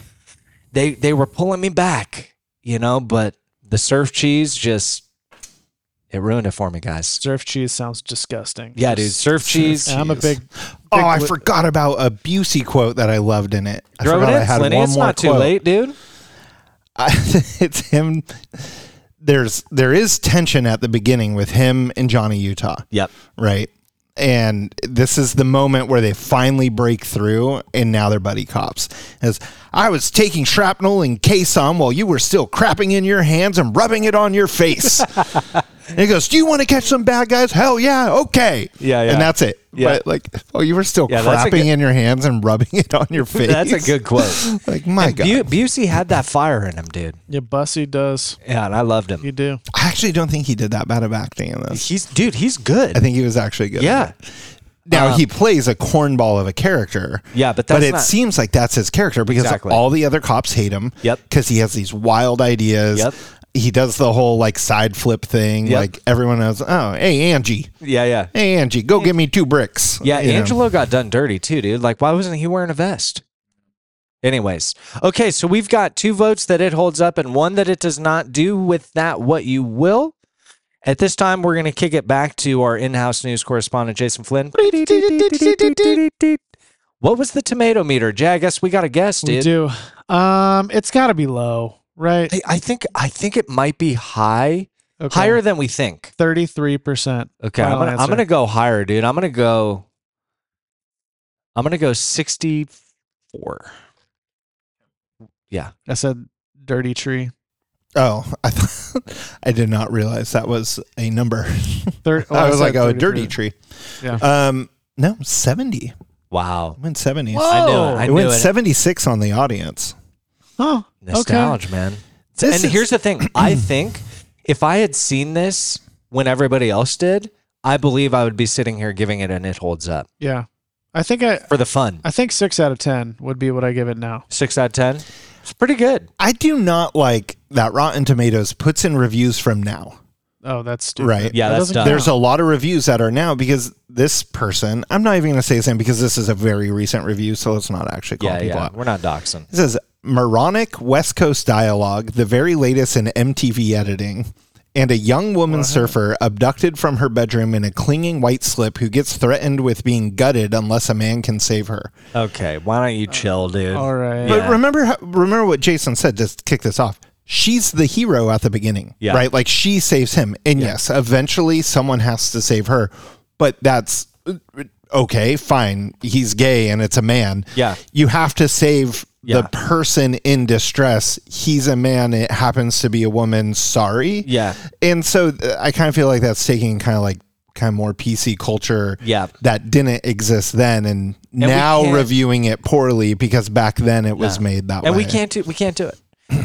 A: they they were pulling me back, you know, but the surf cheese just it ruined it for me, guys.
C: Surf cheese sounds disgusting.
A: Yeah, dude, surf cheese.
C: And I'm a big.
B: Oh, I
C: Big-
B: forgot about a Busey quote that I loved in it. I
A: Throw it
B: forgot
A: in,
B: I had
A: Flinny.
B: one
A: It's
B: more
A: not too
B: quote.
A: late, dude.
B: I, it's him. There's there is tension at the beginning with him and Johnny Utah,
A: Yep.
B: right? And this is the moment where they finally break through, and now they're buddy cops. As I was taking shrapnel and caisson while you were still crapping in your hands and rubbing it on your face. and he goes, "Do you want to catch some bad guys? Hell yeah, okay,
A: Yeah, yeah.
B: And that's it.
A: Yeah.
B: But like, oh, you were still
A: Yeah, that's a
B: crapping
A: good-
B: in your hands and rubbing it on your face.
A: That's a good quote.
B: Like my god,
A: Bu- Busey had that fire in him, dude.
C: Yeah, Bussy does.
A: Yeah, and I loved him.
C: You do.
B: I actually don't think he did that bad of acting in this.
A: He's dude. He's good.
B: I think he was actually good. at
A: yeah. Um,
B: it. Now he plays a cornball of a character.
A: Yeah, but
B: but
A: that's
B: it
A: not-
B: seems like that's his character because
A: Exactly.
B: all the other cops hate him.
A: Yep.
B: Because he has these wild ideas.
A: Yep.
B: He does the whole like side flip thing.
A: Yep.
B: Like everyone knows. Oh, hey Angie.
A: Yeah, yeah.
B: Hey Angie, go get me two bricks.
A: Yeah,
B: You know?
A: Angelo got done dirty too, dude. Like, why wasn't he wearing a vest? Anyways, okay, so we've got two votes that it holds up and one that it does not do with that what you will. At this time, we're going to kick it back to our in house news correspondent, Jason Flynn. What was the tomato meter? Jay, I guess we got a guess,
C: We
A: dude.
C: do. Um, it's got to be low, right?
A: I, I think I think it might be high, higher than we think.
C: thirty-three percent.
A: Okay, I'm
C: Final
A: gonna, I'm
C: answer.
A: gonna go higher, dude. I'm gonna go. I'm gonna go 64. Yeah,
C: I said dirty tree.
B: Oh, I thought I did not realize that was a number.
C: Thir- oh,
B: I was
C: said
B: like, oh,
C: 33.
B: dirty tree.
C: Yeah.
B: Um, no, seventy.
A: wow.
B: I went seventy.
A: I knew it.
C: Oh.
A: I
B: It
A: knew
B: went
A: it.
B: seventy six on the audience.
C: Oh, okay.
A: Nostalgia, man.
B: This
A: and
B: is-
A: here's the thing. I think if I had seen this when everybody else did, I believe I would be sitting here giving it an it holds up
C: Yeah, I think I,
A: for the fun.
C: I think six out of ten would be what I give it now.
A: Six out of ten. It's pretty good.
B: I do not like that Rotten Tomatoes puts in reviews from now.
C: Oh, that's stupid.
B: Right.
A: Yeah,
C: That
A: that's
C: doesn't
A: done.
C: count.
B: There's a lot of reviews that are now because this person, I'm not even going to say his name because this is a very recent review, so let's not actually call
A: Yeah,
B: people
A: yeah.
B: out.
A: We're not doxing.
B: This is Moronic West Coast Dialogue, the very latest in MTV editing, and a young woman surfer abducted from her bedroom in a clinging white slip who gets threatened with being gutted unless a man can save her.
A: Okay, why don't
B: Uh,
A: you chill, dude?
C: All right.
A: Yeah.
B: But remember, how, remember what Jason said to kick this off. She's the hero at the beginning,
A: Yeah.
B: right? Like she saves him, and yes, eventually someone has to save her. But that's okay, fine. He's gay and it's a man.
A: Yeah.
B: you have to save
A: Yeah.
B: the person in distress. He's a man. It happens to be a woman. Sorry.
A: Yeah.
B: And so uh, I kind of feel like that's taking kind of like kind of more PC culture
A: Yeah.
B: that didn't exist then and,
A: we
B: now
A: can't-
B: reviewing it poorly because back then it was made that way.
A: and we can't do we can't do it.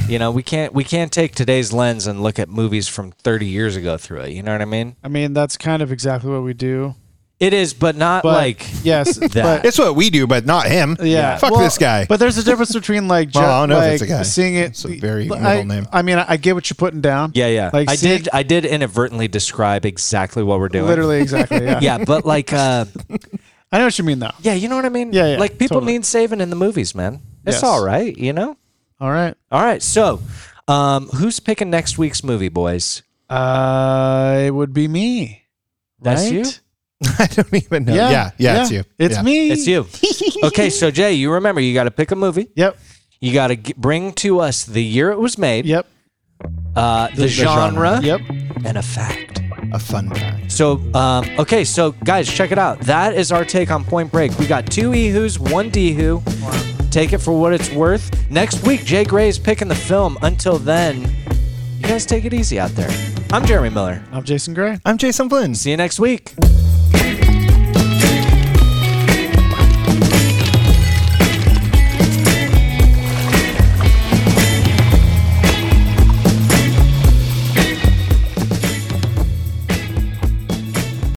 A: You know, we can't we can't take today's lens and look at movies from 30 years ago through it. You know what I mean?
C: I mean, that's kind of exactly what we do.
A: It is, but not
C: But
A: like
C: yes,
A: that.
C: but
B: It's what we do, but not him.
C: yeah,
B: Fuck
C: Well,
B: this guy.
C: But there's a difference between like,
B: Well,
C: ju-
B: I don't know if it's
C: like,
B: a guy.
C: Seeing it,
B: It's a very
C: I-
B: middle name.
C: I mean, I get what you're putting down.
A: yeah, yeah.
C: Like
A: I
C: seeing-
A: did I did inadvertently describe exactly what we're doing.
C: literally exactly. Yeah.
A: Yeah, but like uh
C: I know what you mean though.
A: yeah, you know what I mean?
C: Yeah, yeah,
A: Like people
C: totally.
A: need saving in the movies, man. It's
C: Yes.
A: all right, you know?
C: All right.
A: All right. So, um who's picking next week's movie, boys?
C: Uh, it would be me.
A: That's
C: right?
A: you?
B: I don't even know. Yeah. Yeah. it's you.
C: It's
B: Yeah.
C: me.
A: It's you. okay, so Jay, you remember you got to pick a movie.
C: Yep.
A: You got to g- bring to us the year it was made,
C: Yep.
A: uh, the, genre,
C: Yep.
A: and a fact.
B: A fun fact.
A: So, um, okay, so guys, check it out. That is our take on Point Break. We got two ehoos, one dehu. Take it for what it's worth. Next week, Jay Gray is picking the film. Until then, you guys take it easy out there. I'm Jeremy Miller.
C: I'm Jason Gray.
B: I'm Jason Flynn.
A: See you next week.